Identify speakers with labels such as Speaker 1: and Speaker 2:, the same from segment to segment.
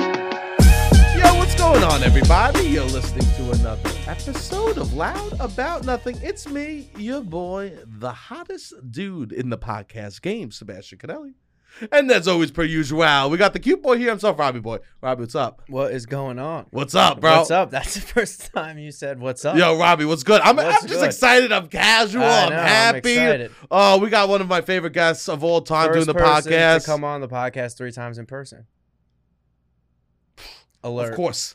Speaker 1: Yo, what's going on, everybody? You're listening to another episode of Loud About Nothing. It's me, your boy, the hottest dude in the podcast game, Sebastian Canelli. And as always, per usual, we got the cute boy here himself, Robbie Boy. Robbie, what's up?
Speaker 2: What is going on?
Speaker 1: What's up, bro?
Speaker 2: What's up? That's the first time you said what's up.
Speaker 1: Yo, Robbie, what's good? I'm,
Speaker 2: What's
Speaker 1: I'm just
Speaker 2: good?
Speaker 1: excited. I'm casual.
Speaker 2: I
Speaker 1: I'm
Speaker 2: know, I'm
Speaker 1: happy.
Speaker 2: excited.
Speaker 1: oh, we got one of my favorite guests of all time doing
Speaker 2: First
Speaker 1: the
Speaker 2: person
Speaker 1: podcast.
Speaker 2: To come on the podcast three times in person. Alert.
Speaker 1: Of course.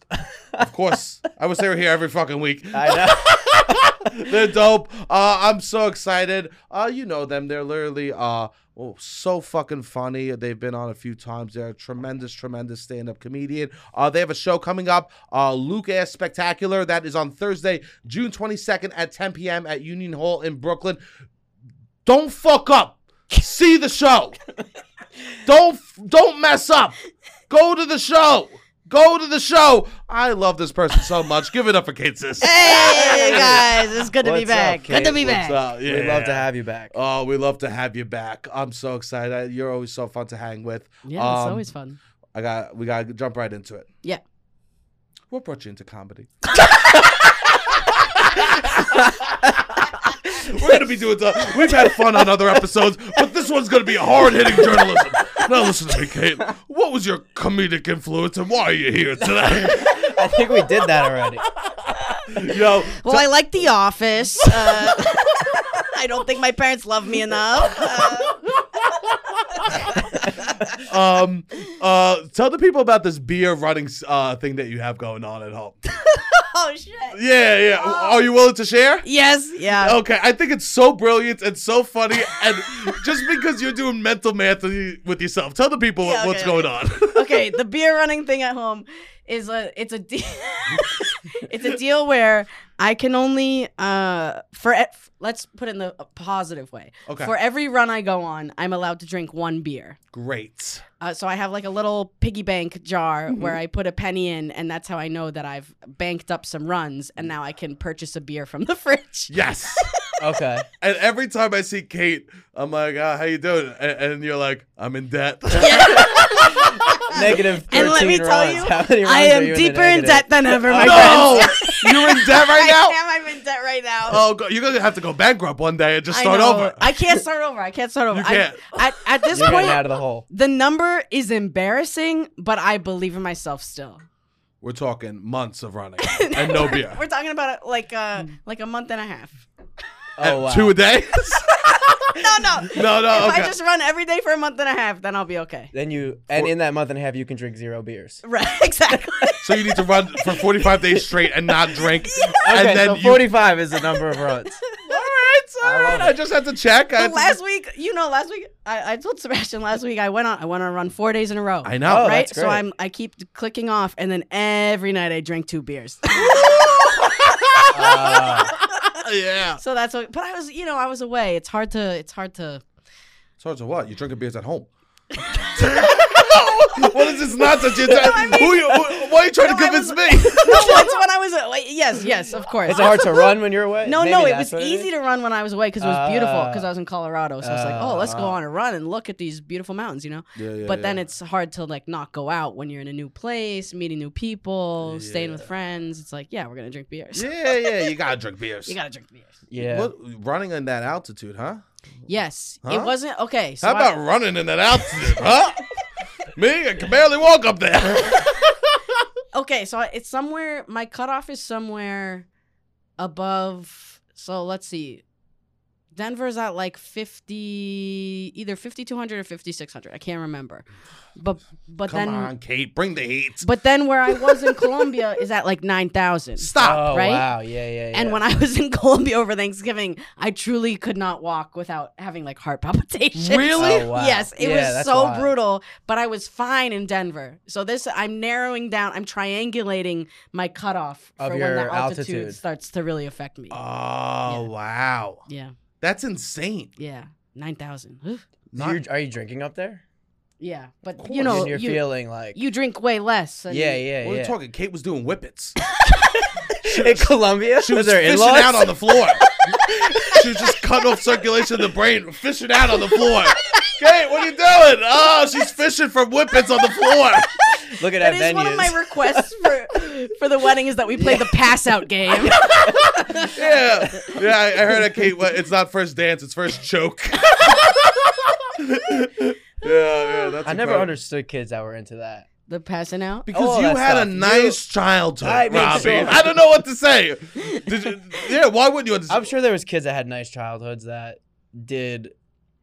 Speaker 1: of course. I wish they were here every fucking week.
Speaker 2: I know.
Speaker 1: They're dope. Uh, I'm so excited. Uh, you know them. They're literally uh, oh, so fucking funny. They've been on a few times. They're a tremendous, tremendous stand-up comedian. Uh, they have a show coming up, uh, Luke Ass Spectacular. That is on Thursday, June 22nd at 10 p.m. at Union Hall in Brooklyn. Don't fuck up. See the show. don't don't mess up. Go to the show. Go to the show. I love this person so much. Give it up for Kate Sis.
Speaker 3: Hey guys, it's good to be
Speaker 2: What's up,
Speaker 3: back. good
Speaker 2: kid?
Speaker 3: to be
Speaker 2: What's
Speaker 3: back.
Speaker 1: So, yeah.
Speaker 2: We'd love to have you back.
Speaker 1: Oh, we love to have you back. I'm so excited. I- You're always so fun to hang with.
Speaker 3: Yeah, it's
Speaker 1: Um,
Speaker 3: always fun.
Speaker 1: I got. We got to jump right into it.
Speaker 3: Yeah.
Speaker 1: What brought you into comedy? We're gonna be doing. The, we've had fun on other episodes, but this one's gonna be hard hitting journalism. Now listen to me, Kate. What was your comedic influence, and why are you here today?
Speaker 2: I think we did that already.
Speaker 1: Yo,
Speaker 3: Well, I like The Office. Uh, I don't think my parents love me enough. Uh,
Speaker 1: um, uh, tell the people about this beer running uh, thing that you have going on at home.
Speaker 3: oh shit.
Speaker 1: Yeah, yeah. Are you willing to share?
Speaker 3: Yes. Yeah.
Speaker 1: Okay, I think it's so brilliant and so funny, and just because you're doing mental math with yourself, tell the people
Speaker 3: Yeah,
Speaker 1: what's
Speaker 3: okay,
Speaker 1: going on.
Speaker 3: Okay. The beer running thing at home is a it's a de- it's a deal where I can only uh for e- let's put it in the positive way.
Speaker 1: Okay.
Speaker 3: For every run I go on, I'm allowed to drink one beer.
Speaker 1: Great.
Speaker 3: Uh, so I have like a little piggy bank jar
Speaker 1: Mm-hmm.
Speaker 3: where I put a penny in, and that's how I know that I've banked up some runs, and now I can purchase a beer from the fridge.
Speaker 1: Yes.
Speaker 2: Okay.
Speaker 1: and every time I see Kate, I'm like, uh, "How you doing?" And, and you're like, "I'm in debt."
Speaker 2: Negative 13
Speaker 3: And let me
Speaker 2: runs.
Speaker 3: tell
Speaker 2: How many
Speaker 3: you,
Speaker 2: runs
Speaker 3: I
Speaker 2: are
Speaker 3: am
Speaker 2: you in the
Speaker 3: deeper in
Speaker 2: negative?
Speaker 3: debt than ever, my
Speaker 1: no,
Speaker 3: friends.
Speaker 1: you're in debt right now.
Speaker 3: I am. I'm in debt right now.
Speaker 1: Oh, God, you're gonna have to go bankrupt one day and just
Speaker 3: I
Speaker 1: start
Speaker 3: know.
Speaker 1: over.
Speaker 3: I can't start over. I can't start over.
Speaker 1: You
Speaker 3: I-
Speaker 1: can't.
Speaker 3: at, at this
Speaker 2: You're
Speaker 3: point,
Speaker 2: getting out of the hole.
Speaker 3: the number is embarrassing, but I believe in myself still.
Speaker 1: We're talking months of running and no beer,
Speaker 3: We're talking about like uh,
Speaker 1: Hmm.
Speaker 3: like a month and a half.
Speaker 2: Oh,
Speaker 1: And
Speaker 2: wow.
Speaker 1: two a day.
Speaker 3: No, no.
Speaker 1: no, no.
Speaker 3: If
Speaker 1: Okay.
Speaker 3: I just run every day for a month and a half, then I'll be okay.
Speaker 2: Then you, and in that month and a half, you can drink zero beers.
Speaker 3: Right, exactly.
Speaker 1: so you need to run for 45 days straight and not drink,
Speaker 2: Okay,
Speaker 1: and then
Speaker 2: so
Speaker 1: you-
Speaker 2: 45 is the number of runs.
Speaker 1: All right, all
Speaker 2: I
Speaker 1: right. I,
Speaker 2: love it.
Speaker 1: just had to check. I, had to-
Speaker 3: last week, you know, last week I, I told Sebastian last week I went on I went on a run four days in a row.
Speaker 1: I know.
Speaker 2: Oh,
Speaker 3: right?
Speaker 2: that's
Speaker 3: So
Speaker 2: great.
Speaker 3: I'm I keep clicking off, and then every night I drink two beers.
Speaker 2: Uh,
Speaker 3: Oh,
Speaker 1: yeah.
Speaker 3: so that's what. But I was, you know, I was away. It's hard to. It's hard to.
Speaker 1: So so what? You're drinking beers at home. what is this nonsense? You're trying- who you, who- why are you trying to
Speaker 3: No, I
Speaker 1: convince
Speaker 3: was-
Speaker 1: me?
Speaker 3: No, it's when I was away. Yes, yes, of course.
Speaker 2: it's hard to run when you're away.
Speaker 3: no,
Speaker 2: Maybe
Speaker 3: no, it
Speaker 2: that's
Speaker 3: was
Speaker 2: what
Speaker 3: easy
Speaker 2: is.
Speaker 3: to run when I was away because it was beautiful because I was in Colorado. So I was like, oh, let's go
Speaker 2: Uh,
Speaker 3: on a run and look at these beautiful mountains, you know.
Speaker 1: Yeah, yeah,
Speaker 3: but then
Speaker 1: yeah.
Speaker 3: it's hard to like not go out when you're in a new place, meeting new people, staying with friends. It's like, yeah, we're gonna drink beers.
Speaker 1: yeah, yeah. You gotta drink beers.
Speaker 3: You gotta drink beers.
Speaker 2: Yeah.
Speaker 1: What- running in that altitude, huh?
Speaker 3: Yes,
Speaker 1: Huh?
Speaker 3: it wasn't okay. So
Speaker 1: How
Speaker 3: I-
Speaker 1: about running in that altitude, huh? me, I can barely walk up there.
Speaker 3: okay, so I- it's somewhere. My cutoff is somewhere above. So let's see. Denver's at like 50, either 5,200 or 5,600. I can't remember. But but
Speaker 1: Come
Speaker 3: then
Speaker 1: on, Kate, bring the heat.
Speaker 3: but then where I was in Colombia is at like 9,000.
Speaker 1: Stop.
Speaker 2: Oh
Speaker 3: right?
Speaker 2: wow, yeah, yeah, yeah.
Speaker 3: And when I was in Colombia over Thanksgiving, I truly could not walk without having like heart palpitations.
Speaker 1: Really?
Speaker 2: Oh, wow.
Speaker 3: Yes, it
Speaker 2: Yeah,
Speaker 3: was
Speaker 2: that's
Speaker 3: so
Speaker 2: wild.
Speaker 3: brutal, but I was fine in Denver. So this, I'm narrowing down, I'm triangulating my cutoff
Speaker 2: Of
Speaker 3: for when
Speaker 2: your
Speaker 3: the altitude,
Speaker 2: altitude.
Speaker 3: starts to really affect me.
Speaker 1: Oh, wow.
Speaker 3: yeah,
Speaker 1: That's insane.
Speaker 3: yeah, nine thousand.
Speaker 2: So you're- are you drinking up there?
Speaker 3: yeah, but
Speaker 1: course.
Speaker 3: you know,
Speaker 2: and you're
Speaker 3: you,
Speaker 2: feeling like
Speaker 3: you drink way less. and-
Speaker 2: yeah, yeah,
Speaker 1: We're
Speaker 2: yeah.
Speaker 1: talking. Kate was doing whippets.
Speaker 2: in Colombia,
Speaker 1: She was
Speaker 2: With her
Speaker 1: fishing
Speaker 2: in-laws?
Speaker 1: out on the floor. she was just cutting off circulation of the brain, fishing out on the floor. Kate, what are you doing? Oh, she's fishing from whippets on the floor.
Speaker 2: Looking
Speaker 3: That
Speaker 2: at
Speaker 3: is
Speaker 2: venues.
Speaker 3: one of my requests for for the wedding is that we play the pass out game.
Speaker 1: Yeah, yeah. I, I heard that Kate. What, it's not first dance. It's first choke. yeah, yeah. That's
Speaker 2: I never
Speaker 1: incredible.
Speaker 2: understood kids that were into that.
Speaker 3: the passing out.
Speaker 1: Because
Speaker 2: all
Speaker 1: you
Speaker 2: that
Speaker 1: had
Speaker 2: stuff.
Speaker 1: a
Speaker 2: You-
Speaker 1: nice childhood,
Speaker 2: I mean,
Speaker 1: Robbie.
Speaker 2: sure.
Speaker 1: I don't know what to say. Did you, yeah, why wouldn't you understand?
Speaker 2: I'm sure there was kids that had nice childhoods that did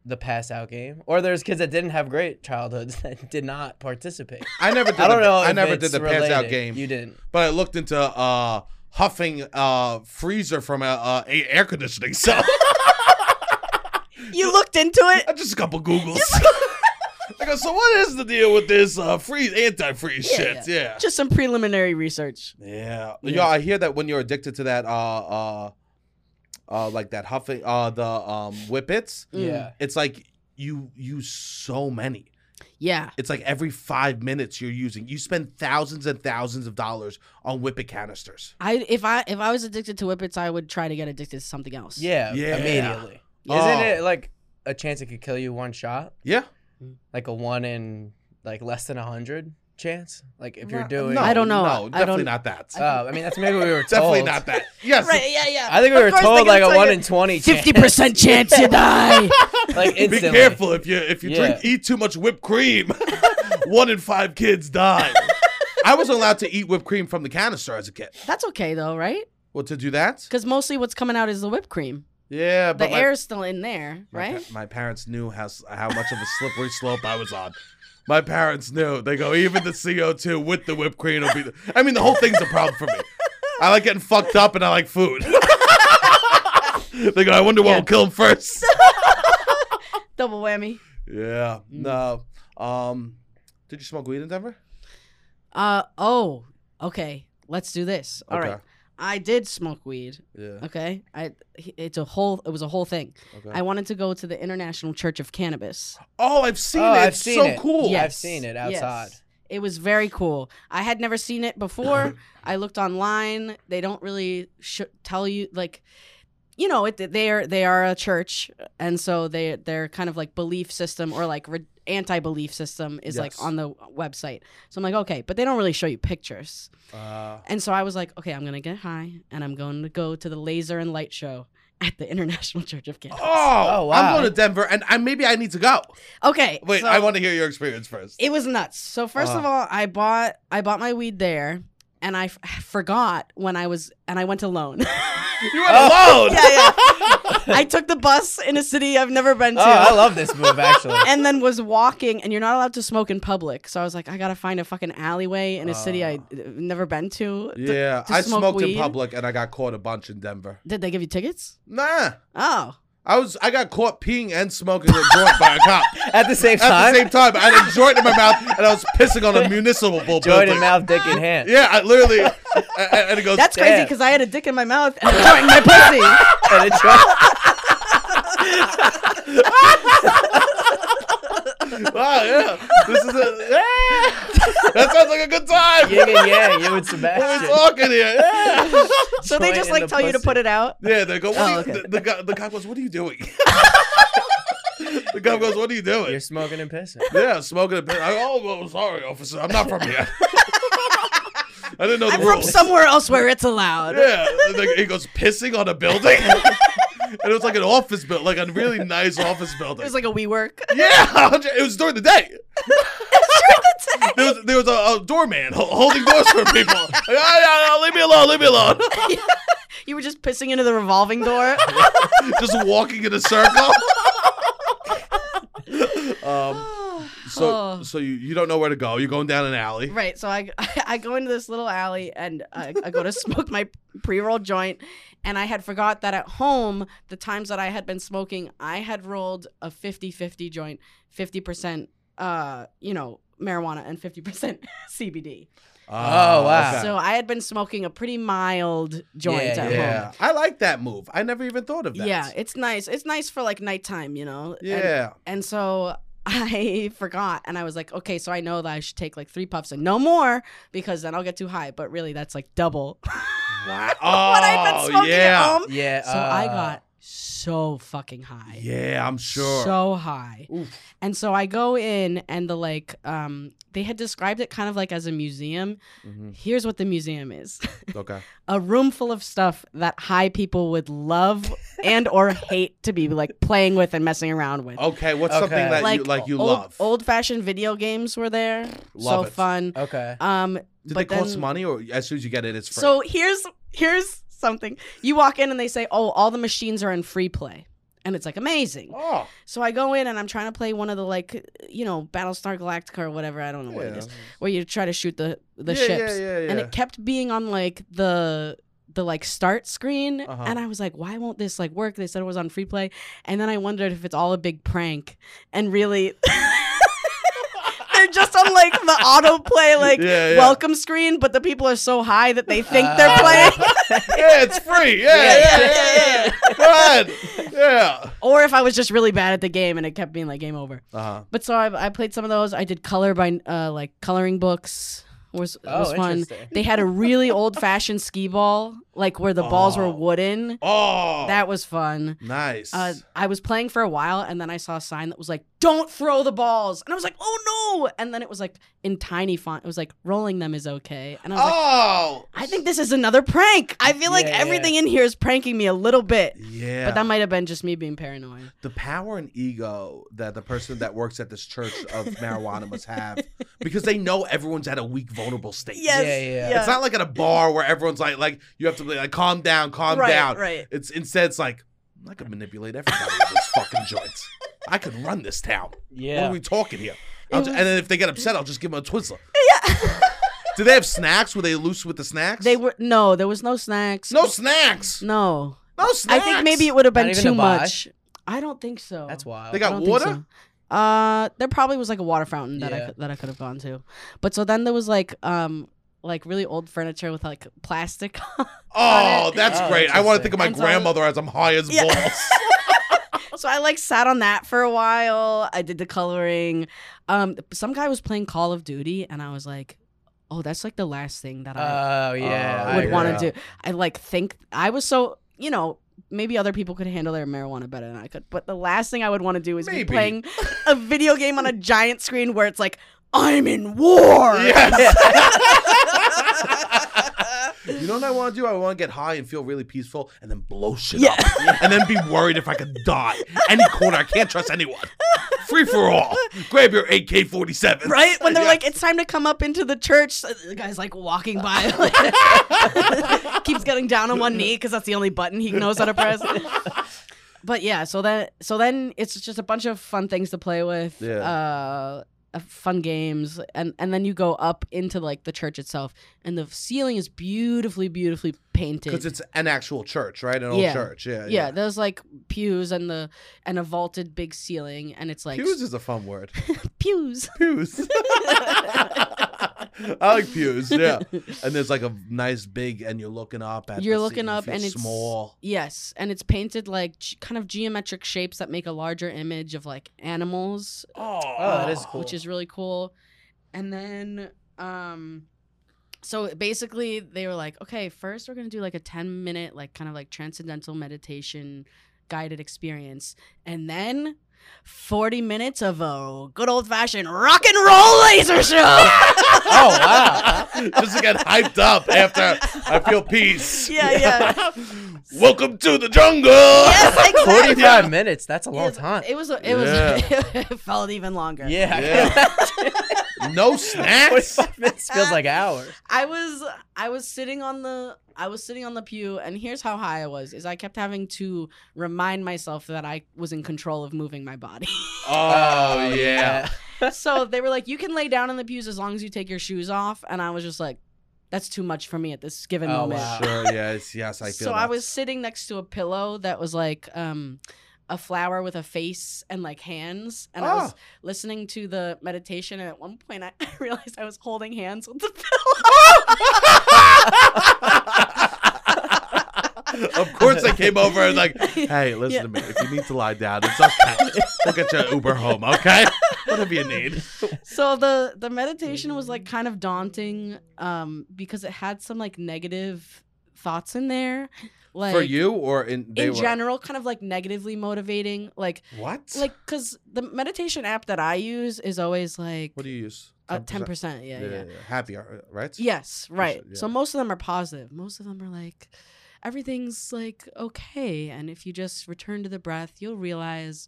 Speaker 2: the pass out game, or there's kids that didn't have great childhoods that did not participate.
Speaker 1: I never did.
Speaker 2: I don't
Speaker 1: the,
Speaker 2: know.
Speaker 1: I
Speaker 2: if
Speaker 1: never
Speaker 2: it's
Speaker 1: did the
Speaker 2: related.
Speaker 1: pass out game.
Speaker 2: You didn't.
Speaker 1: but I looked into uh, huffing uh, freezer from a, uh, a air conditioning cell.
Speaker 3: You looked into it.
Speaker 1: Just a couple Googles. I go, so what is the deal with this uh, freeze antifreeze shit? Yeah. Yeah.
Speaker 3: Just some preliminary research.
Speaker 1: Yo, I hear that when you're addicted to that uh uh uh like that huffing uh the um whippets,
Speaker 3: Mm.
Speaker 2: Yeah.
Speaker 1: it's like you use so many.
Speaker 3: Yeah.
Speaker 1: It's like every five minutes you're using. You spend thousands and thousands of dollars on whippet canisters.
Speaker 3: I if I if I was addicted to whippets, I would try to get addicted to something else.
Speaker 2: Yeah.
Speaker 1: Yeah.
Speaker 2: Immediately.
Speaker 1: Oh.
Speaker 2: Isn't it like a chance it could kill you one shot?
Speaker 1: Yeah.
Speaker 2: Like a one in like less than a hundred chance? Like if you're
Speaker 1: No,
Speaker 2: doing.
Speaker 1: no,
Speaker 3: I don't know.
Speaker 1: No,
Speaker 3: I
Speaker 1: definitely
Speaker 3: don't-
Speaker 1: not that.
Speaker 2: Oh, I mean that's maybe we were told.
Speaker 1: definitely not that. Yes.
Speaker 3: Right. Yeah. Yeah.
Speaker 2: I think we were told like a one in twenty. chance.
Speaker 3: fifty percent chance you die.
Speaker 2: Like
Speaker 1: Be
Speaker 2: instantly.
Speaker 1: careful if you if you drink
Speaker 2: Yeah.
Speaker 1: eat too much whipped cream. One in five kids die. I wasn't allowed to eat whipped cream from the canister as a kid.
Speaker 3: That's okay though, right?
Speaker 1: Well, to do that?
Speaker 3: Because mostly what's coming out is the whipped cream.
Speaker 1: Yeah,
Speaker 3: The
Speaker 1: but my,
Speaker 3: air's still in there,
Speaker 1: my
Speaker 3: right?
Speaker 1: pa- my parents knew how s- how much of a slippery slope I was on. My parents knew. They go even the CO two with the whipped cream will be. The, I mean, the whole thing's a problem for me. I like getting fucked up and I like food. they go. I wonder what
Speaker 3: Yeah.
Speaker 1: will kill him first.
Speaker 3: Double whammy.
Speaker 1: yeah. No. Um. Did you smoke weed in Denver?
Speaker 3: Uh oh. Okay. Let's do this. All right.
Speaker 1: Okay.
Speaker 3: I did smoke weed.
Speaker 1: Yeah.
Speaker 3: Okay. I it's a whole it was a whole thing.
Speaker 1: Okay.
Speaker 3: I wanted to go to the International Church of Cannabis.
Speaker 1: Oh, I've seen
Speaker 2: Oh,
Speaker 1: it.
Speaker 2: I've
Speaker 1: it's
Speaker 2: seen
Speaker 1: so
Speaker 2: it.
Speaker 1: cool.
Speaker 2: Yeah. I've seen it outside.
Speaker 3: It was very cool. I had never seen it before. I looked online. They don't really sh- tell you like you know, it, they are they are a church and so they their kind of like belief system or like re- anti-belief system is
Speaker 1: Yes.
Speaker 3: like on the website. So I'm like, okay, but they don't really show you pictures.
Speaker 1: Uh,
Speaker 3: And so I was like, okay, I'm going to get high and I'm going to go to the laser and light show at the International Church of
Speaker 1: oh,
Speaker 3: Cannabis.
Speaker 2: Oh, wow.
Speaker 1: I'm going to Denver, and I, maybe I need to go.
Speaker 3: Okay.
Speaker 1: Wait,
Speaker 3: so-
Speaker 1: I want to hear your experience first.
Speaker 3: It was nuts. So first
Speaker 1: Uh.
Speaker 3: of all, I bought I bought my weed there, and I f- forgot when I was and I went alone.
Speaker 1: You
Speaker 2: Oh.
Speaker 1: went alone.
Speaker 3: yeah, yeah. I took the bus in a city I've never been to.
Speaker 2: Oh,
Speaker 1: Ah.
Speaker 2: I love this move actually.
Speaker 3: and then was walking, and you're not allowed to smoke in public. So I was like, I gotta find a fucking alleyway in a city I've never been to. D-
Speaker 1: Ah. Yeah,
Speaker 3: to
Speaker 1: I
Speaker 3: smoke
Speaker 1: smoked in
Speaker 3: weed?
Speaker 1: public and I got caught a bunch in Denver.
Speaker 3: Did they give you tickets?
Speaker 1: Nah,
Speaker 3: Oh,
Speaker 1: I was I got caught peeing and smoking a joint by a cop
Speaker 2: At the same
Speaker 1: at
Speaker 2: time,
Speaker 1: the same time. I had a joint in my mouth and I was pissing on a municipal building.
Speaker 2: joint in mouth, dick in hand.
Speaker 1: Yeah, I literally. a- a- and it goes.
Speaker 3: that's crazy
Speaker 2: Damn.
Speaker 3: because I had a dick in my mouth and a joint in my pussy.
Speaker 2: And a joint-
Speaker 1: Wow, yeah, this is a. Yeah. that sounds like a good time.
Speaker 2: yin and yang, you and
Speaker 1: We're
Speaker 2: Sebastian.
Speaker 1: talking here. Yeah.
Speaker 3: so they
Speaker 2: Joint
Speaker 3: just
Speaker 2: in
Speaker 3: like
Speaker 2: the
Speaker 3: tell you to
Speaker 2: pussy.
Speaker 3: put it out.
Speaker 1: Yeah, they go. What
Speaker 3: Oh,
Speaker 1: are you,
Speaker 3: okay.
Speaker 1: the, the, guy, the cop goes, "What are you doing?" the cop goes, "What are you doing?"
Speaker 2: You're smoking and pissing.
Speaker 1: yeah, smoking a bit. I, oh, well, sorry, officer. I'm not from here. I didn't know the
Speaker 3: I'm from
Speaker 1: rules.
Speaker 3: somewhere else where it's allowed.
Speaker 1: yeah, and like, he goes pissing on a building, and it was like an office building, like a really nice office building.
Speaker 3: It was like a we work.
Speaker 1: yeah, it was during the day. There was, there was a, a doorman ho- holding doors for people. Like, "Ah, yeah, yeah, leave me alone, leave me alone.
Speaker 3: You were just pissing into the revolving door.
Speaker 1: just walking in a circle. um, so
Speaker 3: Oh.
Speaker 1: so you, you don't know where to go. You're going down an alley.
Speaker 3: Right. So I, I go into this little alley and I, I go to smoke my pre roll joint. And I had forgot that at home, the times that I had been smoking, I had rolled a 50 50 joint, 50%, uh, you know, marijuana and 50% CBD.
Speaker 1: Ah,
Speaker 2: Oh, wow.
Speaker 1: okay.
Speaker 3: So I had been smoking a pretty mild joint
Speaker 2: Yeah,
Speaker 3: at home.
Speaker 1: yeah, I like that move. I never even thought of that.
Speaker 3: Yeah, it's nice. It's nice for like nighttime, you know? And-
Speaker 1: yeah.
Speaker 3: And so I forgot, and I was like, okay, so I know that I should take like three puffs and no more because then I'll get too high. But really, that's like double
Speaker 1: Wow.
Speaker 3: what I've been
Speaker 1: Oh,
Speaker 3: smoking
Speaker 1: yeah.
Speaker 3: at home.
Speaker 2: Yeah.
Speaker 3: So I
Speaker 2: uh,
Speaker 3: got so fucking high.
Speaker 1: Yeah, I'm sure.
Speaker 3: So high.
Speaker 1: Oof.
Speaker 3: And so I go in, and the like, um, they had described it kind of like as a museum.
Speaker 1: Mhm.
Speaker 3: Here's what the museum is
Speaker 1: Okay.
Speaker 3: a room full of stuff that high people would love and or hate to be like playing with and messing around with.
Speaker 1: Okay. What's something
Speaker 2: Okay.
Speaker 1: that you like you
Speaker 3: old,
Speaker 1: love?
Speaker 3: Old fashioned video games were there. so
Speaker 1: Love it.
Speaker 3: fun.
Speaker 2: Okay.
Speaker 3: Um
Speaker 1: Did they
Speaker 3: but
Speaker 1: cost
Speaker 3: then-
Speaker 1: money or as soon as you get it, it's free?
Speaker 3: So here's here's something. You walk in and they say, Oh, all the machines are in free play. And it's like amazing.
Speaker 1: oh,
Speaker 3: So I go in and I'm trying to play one of the like you know, Battlestar Galactica or whatever, I don't know what it
Speaker 1: yeah.
Speaker 3: is. Where you try to shoot the the
Speaker 1: yeah,
Speaker 3: ships.
Speaker 1: Yeah, yeah, yeah.
Speaker 3: And it kept being on like the the like start screen
Speaker 1: Uh-huh.
Speaker 3: and I was like, why won't this like work? They said it was on free play. And then I wondered if it's all a big prank and really they're just on like the autoplay like
Speaker 1: Yeah, Ah. yeah.
Speaker 3: welcome screen, but the people are so high that they think
Speaker 2: Uh,
Speaker 3: they're playing.
Speaker 1: yeah, it's free. Yeah, yeah, yeah, yeah. yeah. Good. Yeah.
Speaker 3: or if I was just really bad at the game and it kept being like game over.
Speaker 1: Uh-huh.
Speaker 3: But so I, I played some of those. I did color by uh, like coloring books was
Speaker 2: Oh,
Speaker 3: was fun.
Speaker 2: interesting.
Speaker 3: They had a really old fashioned skee ball, like where the balls were
Speaker 1: Oh.
Speaker 3: wooden.
Speaker 1: Oh,
Speaker 3: That was fun.
Speaker 1: nice.
Speaker 3: Uh, I was playing for a while, and then I saw a sign that was like, "Don't throw the balls," and I was like, "Oh no!" And then it was like in tiny font, it was like, "Rolling them is okay," and I was like,
Speaker 1: oh,
Speaker 3: "I think this is another prank. I feel like
Speaker 2: Yeah, yeah.
Speaker 3: everything in here is pranking me a little bit."
Speaker 1: yeah.
Speaker 3: But that might have been just me being paranoid.
Speaker 1: the power and ego that the person that works at this church of marijuana must have because they know everyone's at a weak, vulnerable state.
Speaker 3: Yes,
Speaker 2: Yeah, yeah.
Speaker 3: yeah.
Speaker 1: It's not like at a bar where everyone's like, like you have to be like, calm down, calm
Speaker 3: right,
Speaker 1: down.
Speaker 3: right.
Speaker 1: It's instead it's like I can manipulate everybody with these fucking joints. I can run this town. What
Speaker 2: Yeah.
Speaker 1: are we talking here? I'll
Speaker 3: It
Speaker 1: ju-
Speaker 3: was-
Speaker 1: and then if they get upset, I'll just give them a Twizzler. Yeah. Do they have snacks? Were they loose with the snacks?
Speaker 3: They were no, there was no snacks.
Speaker 1: no snacks.
Speaker 3: no.
Speaker 1: No
Speaker 3: I
Speaker 1: snacks.
Speaker 3: think maybe it would have been
Speaker 2: Not even
Speaker 3: too
Speaker 2: a buy?
Speaker 3: much. I don't think so.
Speaker 2: That's wild.
Speaker 1: They
Speaker 3: I
Speaker 1: got
Speaker 3: don't think
Speaker 1: water?
Speaker 3: so. Uh, there probably was like a water fountain that I
Speaker 2: Yeah.
Speaker 3: could, that I could have gone to, but so then there was like um like really old furniture with like plastic. on
Speaker 1: Oh,
Speaker 3: it.
Speaker 1: that's
Speaker 2: Oh,
Speaker 1: great. I want to think of my
Speaker 3: And so I was-
Speaker 1: grandmother as I'm high as
Speaker 3: Yeah.
Speaker 1: balls.
Speaker 3: so I like sat on that for a while. I did the coloring. Um, some guy was playing Call of Duty, and I was like, oh, that's like the last thing that I
Speaker 2: Oh yeah.
Speaker 1: Uh,
Speaker 2: I
Speaker 3: would
Speaker 2: agree.
Speaker 3: want
Speaker 1: agree.
Speaker 3: to do. I like think I was so you know. Maybe other people could handle their marijuana better than I could, but the last thing I would want to do is
Speaker 1: Maybe.
Speaker 3: be playing a video game on a giant screen where it's like, "I'm in war."
Speaker 1: Yes. you know what I want to do? I want to get high and feel really peaceful and then blow shit
Speaker 3: Yeah.
Speaker 1: up. And then be worried if I could die. Any corner, I can't trust anyone. Free for all. Grab your AK 47.
Speaker 3: right? When they're
Speaker 1: Yeah.
Speaker 3: like, it's time to come up into the church. uh, The guy's like walking by, like, keeps getting down on one knee because that's the only button he knows how to press. but yeah, so that so then it's just a bunch of fun things to play with.
Speaker 1: Yeah.
Speaker 3: Uh, uh, fun games and and then you go up into like the church itself and the ceiling is beautifully beautifully painted
Speaker 1: Because it's an actual church, right? An old
Speaker 3: Yeah.
Speaker 1: church. Yeah.
Speaker 3: yeah, there's like pews and the and a vaulted big ceiling and it's like
Speaker 1: Pews is a fun word.
Speaker 3: pews.
Speaker 1: Pews. I like pews, yeah. And there's like a nice big, and you're looking up at.
Speaker 3: You're
Speaker 1: the
Speaker 3: looking
Speaker 1: ceiling, you
Speaker 3: up
Speaker 1: feel
Speaker 3: and it's-
Speaker 1: small.
Speaker 3: Yes, and it's painted like g- kind of geometric shapes that make a larger image of like animals,
Speaker 1: Oh,
Speaker 2: Oh, that is
Speaker 3: which
Speaker 2: cool.
Speaker 3: is really cool. And then, um, so basically they were like, okay, first we're gonna do like a ten minute like kind of like transcendental meditation guided experience, and then. 40 minutes of a good old fashioned rock and roll laser show.
Speaker 2: Oh wow.
Speaker 1: Just to get hyped up after I feel peace.
Speaker 3: Yeah, yeah.
Speaker 1: Welcome to the jungle.
Speaker 3: Yes, exactly.
Speaker 2: Forty-five minutes. That's a long time.
Speaker 3: It was, it was, it felt even longer.
Speaker 2: Yeah. I
Speaker 1: Yeah.
Speaker 2: can imagine.
Speaker 1: no snacks.
Speaker 2: 45 minutes feels like hours.
Speaker 3: I was I was sitting on the I was sitting on the pew and here's how high I was is I kept having to remind myself that I was in control of moving my body.
Speaker 1: Oh yeah.
Speaker 3: so they were like you can lay down in the pews as long as you take your shoes off and I was just like that's too much for me at this given
Speaker 2: Oh,
Speaker 3: moment.
Speaker 2: wow.
Speaker 1: Sure. Yes. Yes. I feel.
Speaker 3: so I
Speaker 1: that.
Speaker 3: was sitting next to a pillow that was like um a flower with a face and like hands and I was
Speaker 1: Oh.
Speaker 3: listening to the meditation and at one point I realized I was holding hands with the pillow.
Speaker 1: of course, I came over and like, hey, listen
Speaker 3: Yeah.
Speaker 1: to me. If you need to lie down, it's okay. we'll get you an Uber home, okay? Whatever you need.
Speaker 3: so the the meditation was like kind of daunting um because it had some like negative thoughts in there like
Speaker 1: For you or in they
Speaker 3: in
Speaker 1: were,
Speaker 3: general kind of like negatively motivating like
Speaker 1: What?
Speaker 3: like because the meditation app that i use is always like
Speaker 1: what do you use?
Speaker 3: uh, 10% yeah yeah, yeah.
Speaker 1: Happy, uh, right?
Speaker 3: yes right
Speaker 1: yeah.
Speaker 3: so most of them are positive most of them are like everything's like okay and if you just return to the breath you'll realize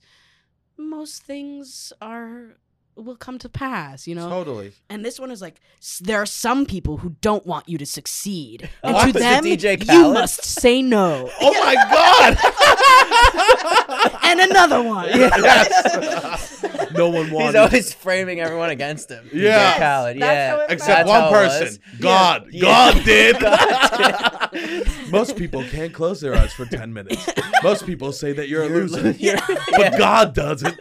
Speaker 3: most things are will come to pass you know
Speaker 1: Totally.
Speaker 3: And this one is like, "S- there are some people who don't want you to succeed. And
Speaker 2: What?
Speaker 3: to
Speaker 2: Is it
Speaker 3: them,
Speaker 2: DJ
Speaker 3: you
Speaker 2: Khaled?
Speaker 3: must say no.
Speaker 1: Oh my God!
Speaker 3: and another one.
Speaker 1: yes. no one
Speaker 2: He's
Speaker 1: wanted.
Speaker 2: always framing everyone against him. DJ
Speaker 1: Yes,
Speaker 2: Khaled,
Speaker 3: that's
Speaker 2: yeah.
Speaker 3: how it
Speaker 1: Except
Speaker 2: That's
Speaker 1: one
Speaker 2: how it was.
Speaker 1: person. God.
Speaker 2: Yeah.
Speaker 1: God did.
Speaker 2: God
Speaker 1: Most people can't close their eyes for 10 minutes. Most people say that you're, a
Speaker 2: You're-
Speaker 1: loser.
Speaker 2: you're-
Speaker 1: But God doesn't.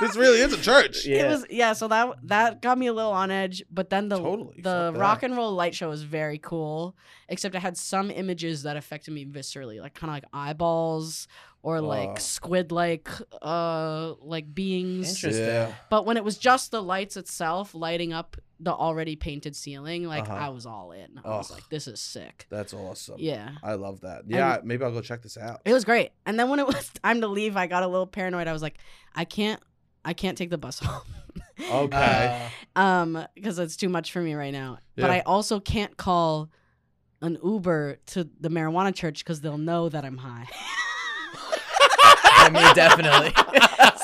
Speaker 1: this really is a church.
Speaker 2: Yeah.
Speaker 3: It was yeah, so that that got me a little on edge. But then the
Speaker 1: Totally,
Speaker 3: the
Speaker 1: fuck that.
Speaker 3: rock and roll light show was very cool, except it had some images that affected me viscerally, like kind of like eyeballs or
Speaker 1: Oh.
Speaker 3: like squid like uh like beings.
Speaker 2: Interesting.
Speaker 1: Yeah.
Speaker 3: But when it was just the lights itself lighting up the already painted ceiling, like
Speaker 1: Uh-huh.
Speaker 3: I was all in. I was
Speaker 1: Ugh.
Speaker 3: like, this is sick.
Speaker 1: That's awesome.
Speaker 3: Yeah.
Speaker 1: I love that. Yeah, maybe I'll go check this out.
Speaker 3: It was great. And then when it was time to leave, I got a little paranoid. I was like, I can't I can't take the bus home.
Speaker 1: Okay.
Speaker 2: Uh,
Speaker 3: um because it's too much for me right now. But
Speaker 1: Yeah.
Speaker 3: I also can't call an Uber to the marijuana church because they'll know that I'm high. Uh,
Speaker 2: I mean, definitely.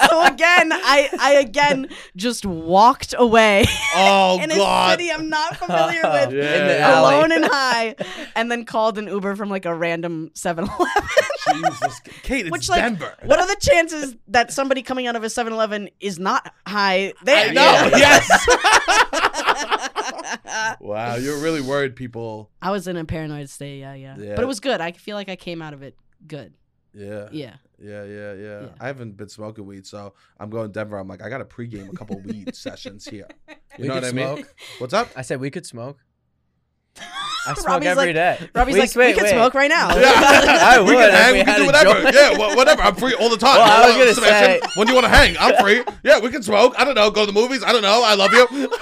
Speaker 3: so again, I I again just walked away
Speaker 1: Oh
Speaker 3: in a
Speaker 1: God.
Speaker 3: city I'm not familiar with.
Speaker 1: Yeah.
Speaker 2: In the alley.
Speaker 3: Alone and high, and then called an Uber from like a random 7 Eleven.
Speaker 1: Jesus. Kate, it's
Speaker 3: Which, like,
Speaker 1: Denver.
Speaker 3: What are the chances that somebody coming out of a 7 Eleven is not high there?
Speaker 1: I know.
Speaker 2: Yeah.
Speaker 1: Yes. wow, you're really worried, people.
Speaker 3: I was in a paranoid state, yeah, yeah,
Speaker 1: Yeah.
Speaker 3: But it was good. I feel like I came out of it good.
Speaker 1: Yeah.
Speaker 3: Yeah.
Speaker 1: Yeah, yeah, yeah,
Speaker 3: Yeah.
Speaker 1: I haven't been smoking weed, so I'm going to Denver. I'm like, I got to pregame a couple weed sessions here. You
Speaker 2: We
Speaker 1: know
Speaker 2: could
Speaker 1: what I mean?
Speaker 2: smoke.
Speaker 1: What's up?
Speaker 2: I said we could smoke. I smoke
Speaker 3: Robbie's
Speaker 2: every
Speaker 3: like-
Speaker 2: day.
Speaker 3: Robbie's
Speaker 2: We-
Speaker 3: like,
Speaker 2: wait,
Speaker 3: we can
Speaker 2: wait.
Speaker 3: smoke right now.
Speaker 1: Yeah,
Speaker 2: Oh, I
Speaker 1: we can
Speaker 2: would if
Speaker 1: hang. We
Speaker 2: we had
Speaker 1: can do
Speaker 2: a
Speaker 1: whatever.
Speaker 2: joint.
Speaker 1: Yeah, wha- whatever. I'm free all the time.
Speaker 2: Well, I was
Speaker 1: Whatever,
Speaker 2: gonna
Speaker 1: Sebastian,
Speaker 2: say-
Speaker 1: when do you want to hang? I'm free. Yeah, we can smoke. I don't know. Go to the movies. I don't know. I love you.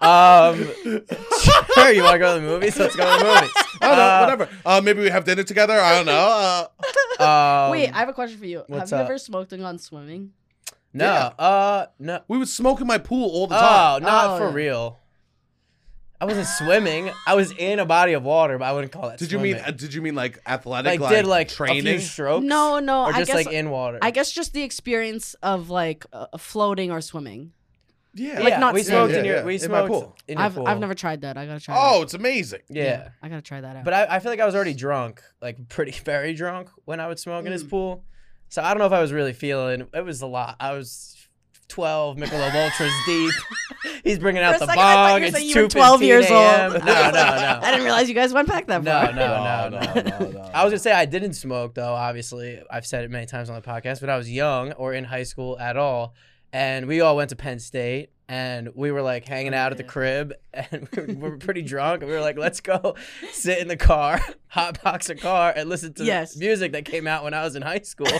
Speaker 2: Um, sure, you want to go to the movies? Let's go to the movies.
Speaker 1: I don't know.
Speaker 2: Uh,
Speaker 1: whatever. Uh, maybe we have dinner together. I don't know. Uh,
Speaker 2: Um,
Speaker 3: Wait, I have a question for you.
Speaker 2: what's
Speaker 3: have you
Speaker 2: up?
Speaker 3: ever smoked and gone swimming?
Speaker 2: no.
Speaker 1: Yeah.
Speaker 2: Uh, no.
Speaker 1: we would smoke in my pool all the time.
Speaker 2: Oh, not
Speaker 3: Oh,
Speaker 2: for
Speaker 3: yeah.
Speaker 2: real. I wasn't swimming. I was in a body of water, but I wouldn't call that.
Speaker 1: did you mean?
Speaker 2: swimming.
Speaker 1: uh, did you mean like athletic?
Speaker 2: like,
Speaker 1: Like,
Speaker 2: did like training a
Speaker 1: training?
Speaker 2: few strokes?
Speaker 3: No, no.
Speaker 2: or
Speaker 3: I
Speaker 2: just
Speaker 3: guess
Speaker 2: like in water.
Speaker 3: I guess just the experience of like uh, floating or swimming.
Speaker 1: yeah.
Speaker 2: yeah,
Speaker 3: like, not
Speaker 2: we
Speaker 3: swimming.
Speaker 2: smoked
Speaker 1: Yeah,
Speaker 2: in your
Speaker 1: yeah,
Speaker 2: we
Speaker 1: yeah. In my
Speaker 2: smoked
Speaker 1: pool.
Speaker 2: in your
Speaker 3: I've
Speaker 2: pool.
Speaker 3: I've never tried that. I gotta try.
Speaker 1: Oh,
Speaker 3: that.
Speaker 1: it's amazing.
Speaker 2: yeah.
Speaker 3: I gotta try that out.
Speaker 2: But I, I feel like I was already drunk, like pretty very drunk when I would smoke in his
Speaker 1: Mm.
Speaker 2: pool. So I don't know if I was really feeling. It was a lot. I was twelve Michelob Ultras deep. He's bringing out
Speaker 3: For
Speaker 2: the
Speaker 3: a second, I thought
Speaker 2: bong.
Speaker 3: you were
Speaker 2: It's
Speaker 3: saying you were
Speaker 2: 2:15
Speaker 3: 12 years
Speaker 2: a.m.
Speaker 3: old.
Speaker 2: No, no,
Speaker 3: I
Speaker 2: no.
Speaker 3: didn't realize you guys went back that
Speaker 2: No,
Speaker 3: far.
Speaker 2: no, no, no.
Speaker 1: no.
Speaker 2: I was gonna say I didn't smoke though. Obviously, I've said it many times on the podcast, but I was young or in high school at all, and we all went to Penn State, and we were like hanging out at the
Speaker 3: Yeah.
Speaker 2: crib, and we were, we were pretty drunk, and we were like, let's go sit in the car, hot box a car, and listen to
Speaker 3: Yes.
Speaker 2: music that came out when I was in high school,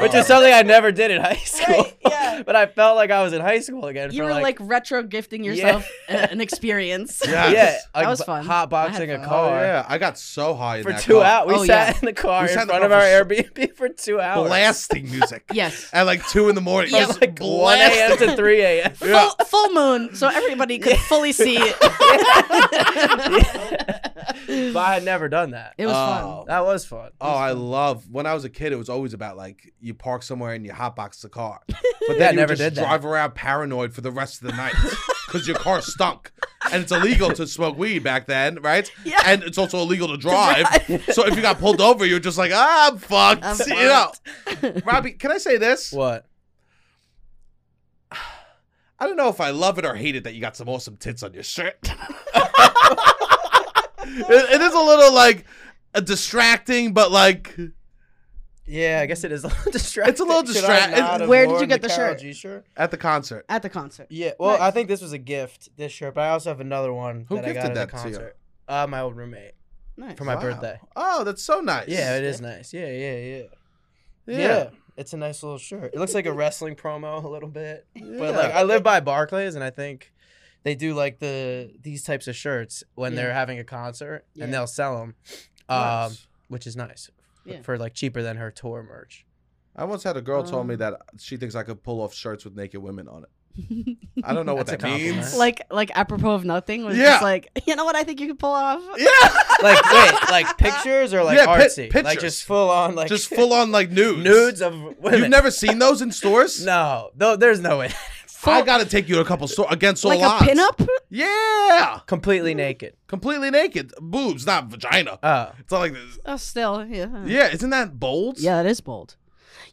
Speaker 2: which is something I never did in high school.
Speaker 3: Right, yeah.
Speaker 2: but I felt like I was in high school again.
Speaker 3: You
Speaker 2: for
Speaker 3: were like, retro gifting
Speaker 2: Yeah.
Speaker 3: yourself a- an experience.
Speaker 1: Yes.
Speaker 2: yeah, like,
Speaker 3: was fun.
Speaker 2: Hot
Speaker 3: I had
Speaker 2: boxing a
Speaker 3: fun.
Speaker 1: Oh
Speaker 2: car
Speaker 1: yeah, I got so high in
Speaker 2: for
Speaker 1: that
Speaker 2: two
Speaker 1: car.
Speaker 2: hours. We
Speaker 3: Oh,
Speaker 2: sat
Speaker 3: yeah.
Speaker 2: in the car
Speaker 1: We
Speaker 2: in
Speaker 1: sat in the
Speaker 2: front of
Speaker 1: car
Speaker 2: our
Speaker 1: for
Speaker 2: Airbnb for two hours.
Speaker 1: blasting music
Speaker 3: Yes.
Speaker 1: at like two in the morning.
Speaker 3: Yeah,
Speaker 1: Just
Speaker 2: like 1 a.m.
Speaker 1: blasting.
Speaker 2: to 3 a.m.
Speaker 1: Yeah.
Speaker 3: Full, full moon, so everybody could fully see it.
Speaker 2: but I had never done that.
Speaker 3: It was
Speaker 1: Oh.
Speaker 3: fun.
Speaker 2: That was fun.
Speaker 1: Oh, I love when I was a kid. It was always about like you park somewhere and you hotbox the car, but then
Speaker 2: Yeah,
Speaker 1: you
Speaker 2: never
Speaker 1: would just
Speaker 2: did that.
Speaker 1: drive around paranoid for the rest of the night because your car stunk, and it's illegal to smoke weed back then, right?
Speaker 3: Yeah.
Speaker 1: And it's also illegal to drive. so if you got pulled over, you're just like, ah, I'm fucked.
Speaker 3: I'm
Speaker 1: you know, Robbie, can I say this?
Speaker 2: What?
Speaker 1: I don't know if I love it or hate it that you got some awesome tits on your shirt. It- it is a little like uh, distracting, but like.
Speaker 2: Yeah, I guess it is a little distracting.
Speaker 1: little
Speaker 2: Should I
Speaker 1: distract-
Speaker 2: not have
Speaker 3: Where did
Speaker 2: worn
Speaker 3: you get the
Speaker 2: Karol
Speaker 3: shirt?
Speaker 2: G shirt?
Speaker 1: At the concert,
Speaker 3: At the concert.
Speaker 2: Yeah, well, I
Speaker 3: Nice.
Speaker 2: think this was a gift, this shirt, but I also have another one
Speaker 1: Who
Speaker 2: that I got
Speaker 1: gifted
Speaker 2: at the
Speaker 1: that to you?
Speaker 2: concert. Uh, my old roommate
Speaker 3: Nice.
Speaker 2: for my
Speaker 1: Wow.
Speaker 2: birthday.
Speaker 1: Oh, that's so nice.
Speaker 2: Yeah, it is nice. Yeah, yeah, yeah, yeah. It's a nice little shirt. It looks like a wrestling promo a little bit. But like
Speaker 1: Yeah.
Speaker 2: I live by Barclays and I think they do like the these types of shirts when
Speaker 3: Yeah.
Speaker 2: they're having a concert
Speaker 3: Yeah.
Speaker 2: and they'll sell them. Um,
Speaker 1: Nice.
Speaker 2: which is nice. f-
Speaker 3: Yeah.
Speaker 2: For like cheaper than her tour merch.
Speaker 1: I once had a girl tell me
Speaker 3: Um,
Speaker 1: that she thinks I could pull off shirts with naked women on it. I don't know what
Speaker 2: That's
Speaker 1: that
Speaker 2: a compliment.
Speaker 1: means.
Speaker 3: like like apropos of nothing was
Speaker 1: Yeah.
Speaker 3: just like you know what I think you could pull off.
Speaker 1: yeah,
Speaker 2: Like wait, like pictures or like
Speaker 1: Yeah, pi-
Speaker 2: artsy? like
Speaker 1: pictures.
Speaker 2: just full on like
Speaker 1: just full on like nudes.
Speaker 2: nudes of women.
Speaker 1: You've never seen those in stores?
Speaker 2: No, no, there's no way.
Speaker 1: I gotta take you to a couple stores against all
Speaker 3: like
Speaker 1: odds.
Speaker 3: a pinup.
Speaker 1: Yeah,
Speaker 2: Completely naked.
Speaker 1: completely naked, boobs, not vagina.
Speaker 2: Oh,
Speaker 1: It's not like this.
Speaker 3: Oh, still yeah.
Speaker 1: Yeah, isn't that bold?
Speaker 3: Yeah, that is bold.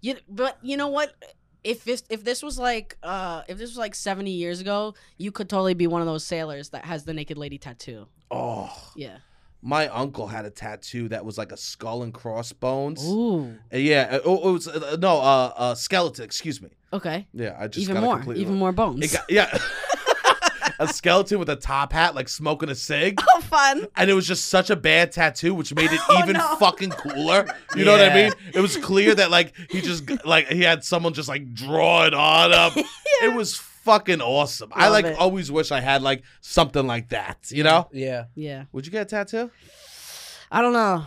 Speaker 3: You but you know what? If this if this was like uh if this was like seventy years ago, you could totally be one of those sailors that has the naked lady tattoo.
Speaker 1: Oh,
Speaker 3: Yeah.
Speaker 1: my uncle had a tattoo that was like a skull and crossbones.
Speaker 3: Ooh.
Speaker 1: Yeah. uh, Oh, it was uh, no uh, uh, skeleton. Excuse me.
Speaker 3: Okay.
Speaker 1: Yeah, I just
Speaker 3: Even
Speaker 1: got it
Speaker 3: more.
Speaker 1: completely
Speaker 3: Even more bones.
Speaker 1: It got, yeah. a skeleton with a top hat, like smoking a cig.
Speaker 3: oh, fun.
Speaker 1: And it was just such a bad tattoo, which made it even
Speaker 3: Oh, no.
Speaker 1: fucking cooler. You know what I
Speaker 2: Yeah.
Speaker 1: mean? It was clear that like he just like he had someone just like draw it on up. It was fucking awesome. I
Speaker 3: Love
Speaker 1: like
Speaker 3: it.
Speaker 1: always wish I had like something like that. You know?
Speaker 2: yeah.
Speaker 3: Yeah.
Speaker 1: Would you get a tattoo?
Speaker 3: I don't know.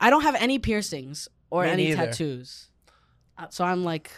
Speaker 3: I don't have any piercings or
Speaker 2: Me
Speaker 3: any
Speaker 2: neither.
Speaker 3: tattoos. Uh, So I'm like,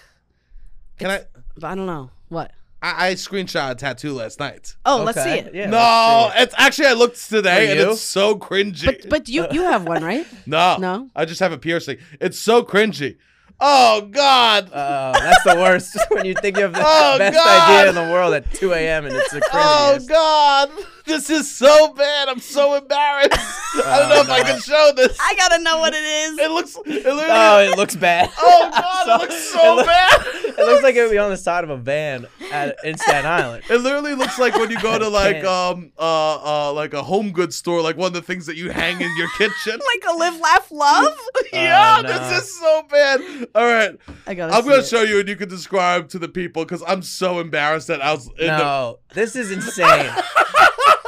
Speaker 1: Can I?
Speaker 3: but I don't know what.
Speaker 1: I, I screenshot a tattoo last night.
Speaker 3: Oh, let's
Speaker 2: Okay,
Speaker 3: see it.
Speaker 2: Yeah,
Speaker 1: no,
Speaker 2: let's see it.
Speaker 1: it's actually I looked today
Speaker 2: For
Speaker 1: and
Speaker 2: you?
Speaker 1: it's so cringy.
Speaker 3: But but you you have one right?
Speaker 1: no,
Speaker 3: No?
Speaker 1: I just have a piercing. It's so cringy. Oh God.
Speaker 2: Oh, that's the worst. when you think you have the
Speaker 1: Oh,
Speaker 2: best
Speaker 1: God.
Speaker 2: idea in the world at 2 a.m. and it's the
Speaker 1: Oh
Speaker 2: craziest.
Speaker 1: God, this is so bad. I'm so embarrassed. I don't know if I can show this.
Speaker 3: I gotta know what it is.
Speaker 1: It looks. It literally,
Speaker 2: Uh, Oh,
Speaker 1: oh,
Speaker 2: it looks bad.
Speaker 1: God,
Speaker 2: I'm
Speaker 1: it looks
Speaker 2: sorry.
Speaker 1: so
Speaker 2: it look-
Speaker 1: bad.
Speaker 2: It looks like it would be on the side of a van at, in Staten Island.
Speaker 1: It literally looks like when you go to like
Speaker 2: Damn.
Speaker 1: um uh uh like a home goods store, like one of the things that you hang in your kitchen.
Speaker 3: like a live, laugh, love.
Speaker 1: yeah,
Speaker 2: no.
Speaker 1: this is so bad. All right,
Speaker 3: I gotta.
Speaker 1: I'm
Speaker 3: see
Speaker 1: gonna
Speaker 3: it.
Speaker 1: show you, and you can describe to the people because I'm so embarrassed that I was. In
Speaker 2: No, this is insane.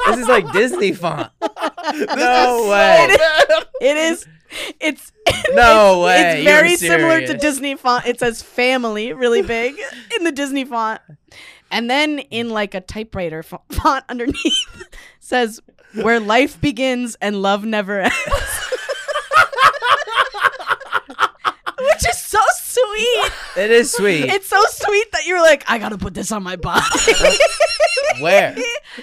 Speaker 2: this is like Disney font.
Speaker 1: the, this
Speaker 2: no
Speaker 1: is so
Speaker 2: way.
Speaker 1: bad.
Speaker 3: It is. It's.
Speaker 2: No way.
Speaker 3: It's
Speaker 2: you're
Speaker 3: very similar to
Speaker 2: serious.
Speaker 3: Disney font. It says family really big in the Disney font. And then in like a typewriter fo- font underneath says where life begins and love never ends. Which is so sweet.
Speaker 2: It is sweet.
Speaker 3: It's so sweet that you're like, I gotta put this on my body.
Speaker 2: Where?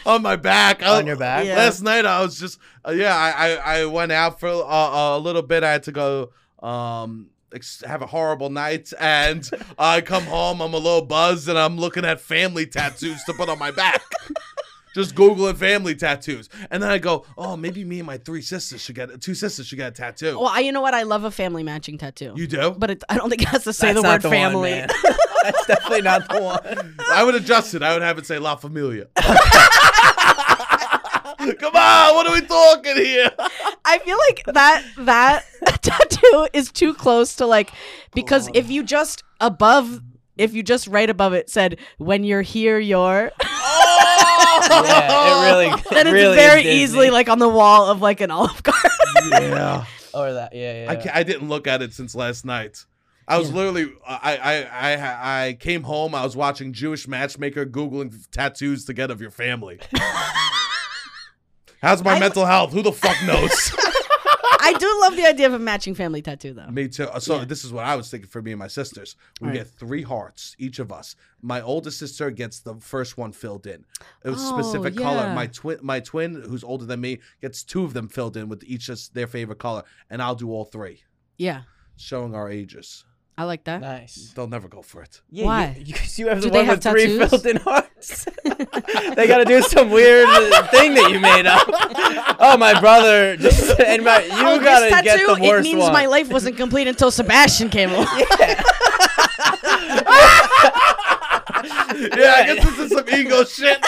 Speaker 1: on my back. I-
Speaker 2: On your back?
Speaker 3: Yeah.
Speaker 1: Last night I was just uh, yeah. I, I I went out for uh, a little bit. I had to go um ex- have a horrible night, and I come home. I'm a little buzzed, and I'm looking at family tattoos to put on my back. Just googling family tattoos, and then I go, oh, maybe me and my three sisters should get two sisters should get a tattoo.
Speaker 3: well, I, you know what? I love a family matching tattoo.
Speaker 1: you do?
Speaker 3: but it, I don't think it has to say
Speaker 2: That's
Speaker 3: the
Speaker 2: not
Speaker 3: word
Speaker 2: the one,
Speaker 3: family.
Speaker 2: man. That's definitely not the one.
Speaker 1: I would adjust it. I would have it say La Familia. Come on, what are we talking here?
Speaker 3: I feel like that that tattoo is too close to like because if you just above if you just right above it said when you're here you're
Speaker 2: Yeah, it really. It
Speaker 3: then it's
Speaker 2: really
Speaker 3: very
Speaker 2: is Disney.
Speaker 3: easily like on the wall of like an olive garden.
Speaker 1: Yeah.
Speaker 2: Or that. Yeah, yeah.
Speaker 1: I, ca I didn't look at it since last night. I was literally I, I I I came home. I was watching Jewish Matchmaker, googling tattoos to get of your family. How's my
Speaker 3: I-
Speaker 1: mental health? Who the fuck knows?
Speaker 3: I do love the idea of a matching family tattoo, though.
Speaker 1: Me too. Uh, So this is what I was thinking for me and my sisters. We
Speaker 3: Alright.
Speaker 1: get three hearts each of us. My oldest sister gets the first one filled in, a
Speaker 3: Oh,
Speaker 1: specific color.
Speaker 3: yeah.
Speaker 1: My twin, my twin, who's older than me, gets two of them filled in with each as their favorite color, and I'll do all three,
Speaker 3: Yeah,
Speaker 1: showing our ages.
Speaker 3: I like that.
Speaker 2: Nice.
Speaker 1: They'll never go for it.
Speaker 2: Yeah,
Speaker 3: Why?
Speaker 2: You, you, 'cause you have the
Speaker 3: Do they
Speaker 2: one
Speaker 3: have
Speaker 2: with three
Speaker 3: tattoos?
Speaker 2: filled in hearts. they got to do some weird thing that you made up. Oh, my brother. Just, and my, you
Speaker 3: oh, this
Speaker 2: got to get
Speaker 3: tattoo,
Speaker 2: the
Speaker 3: it
Speaker 2: worst
Speaker 3: means
Speaker 2: one.
Speaker 3: my life wasn't complete until Sebastian came along.
Speaker 1: yeah, I guess this is some ego shit.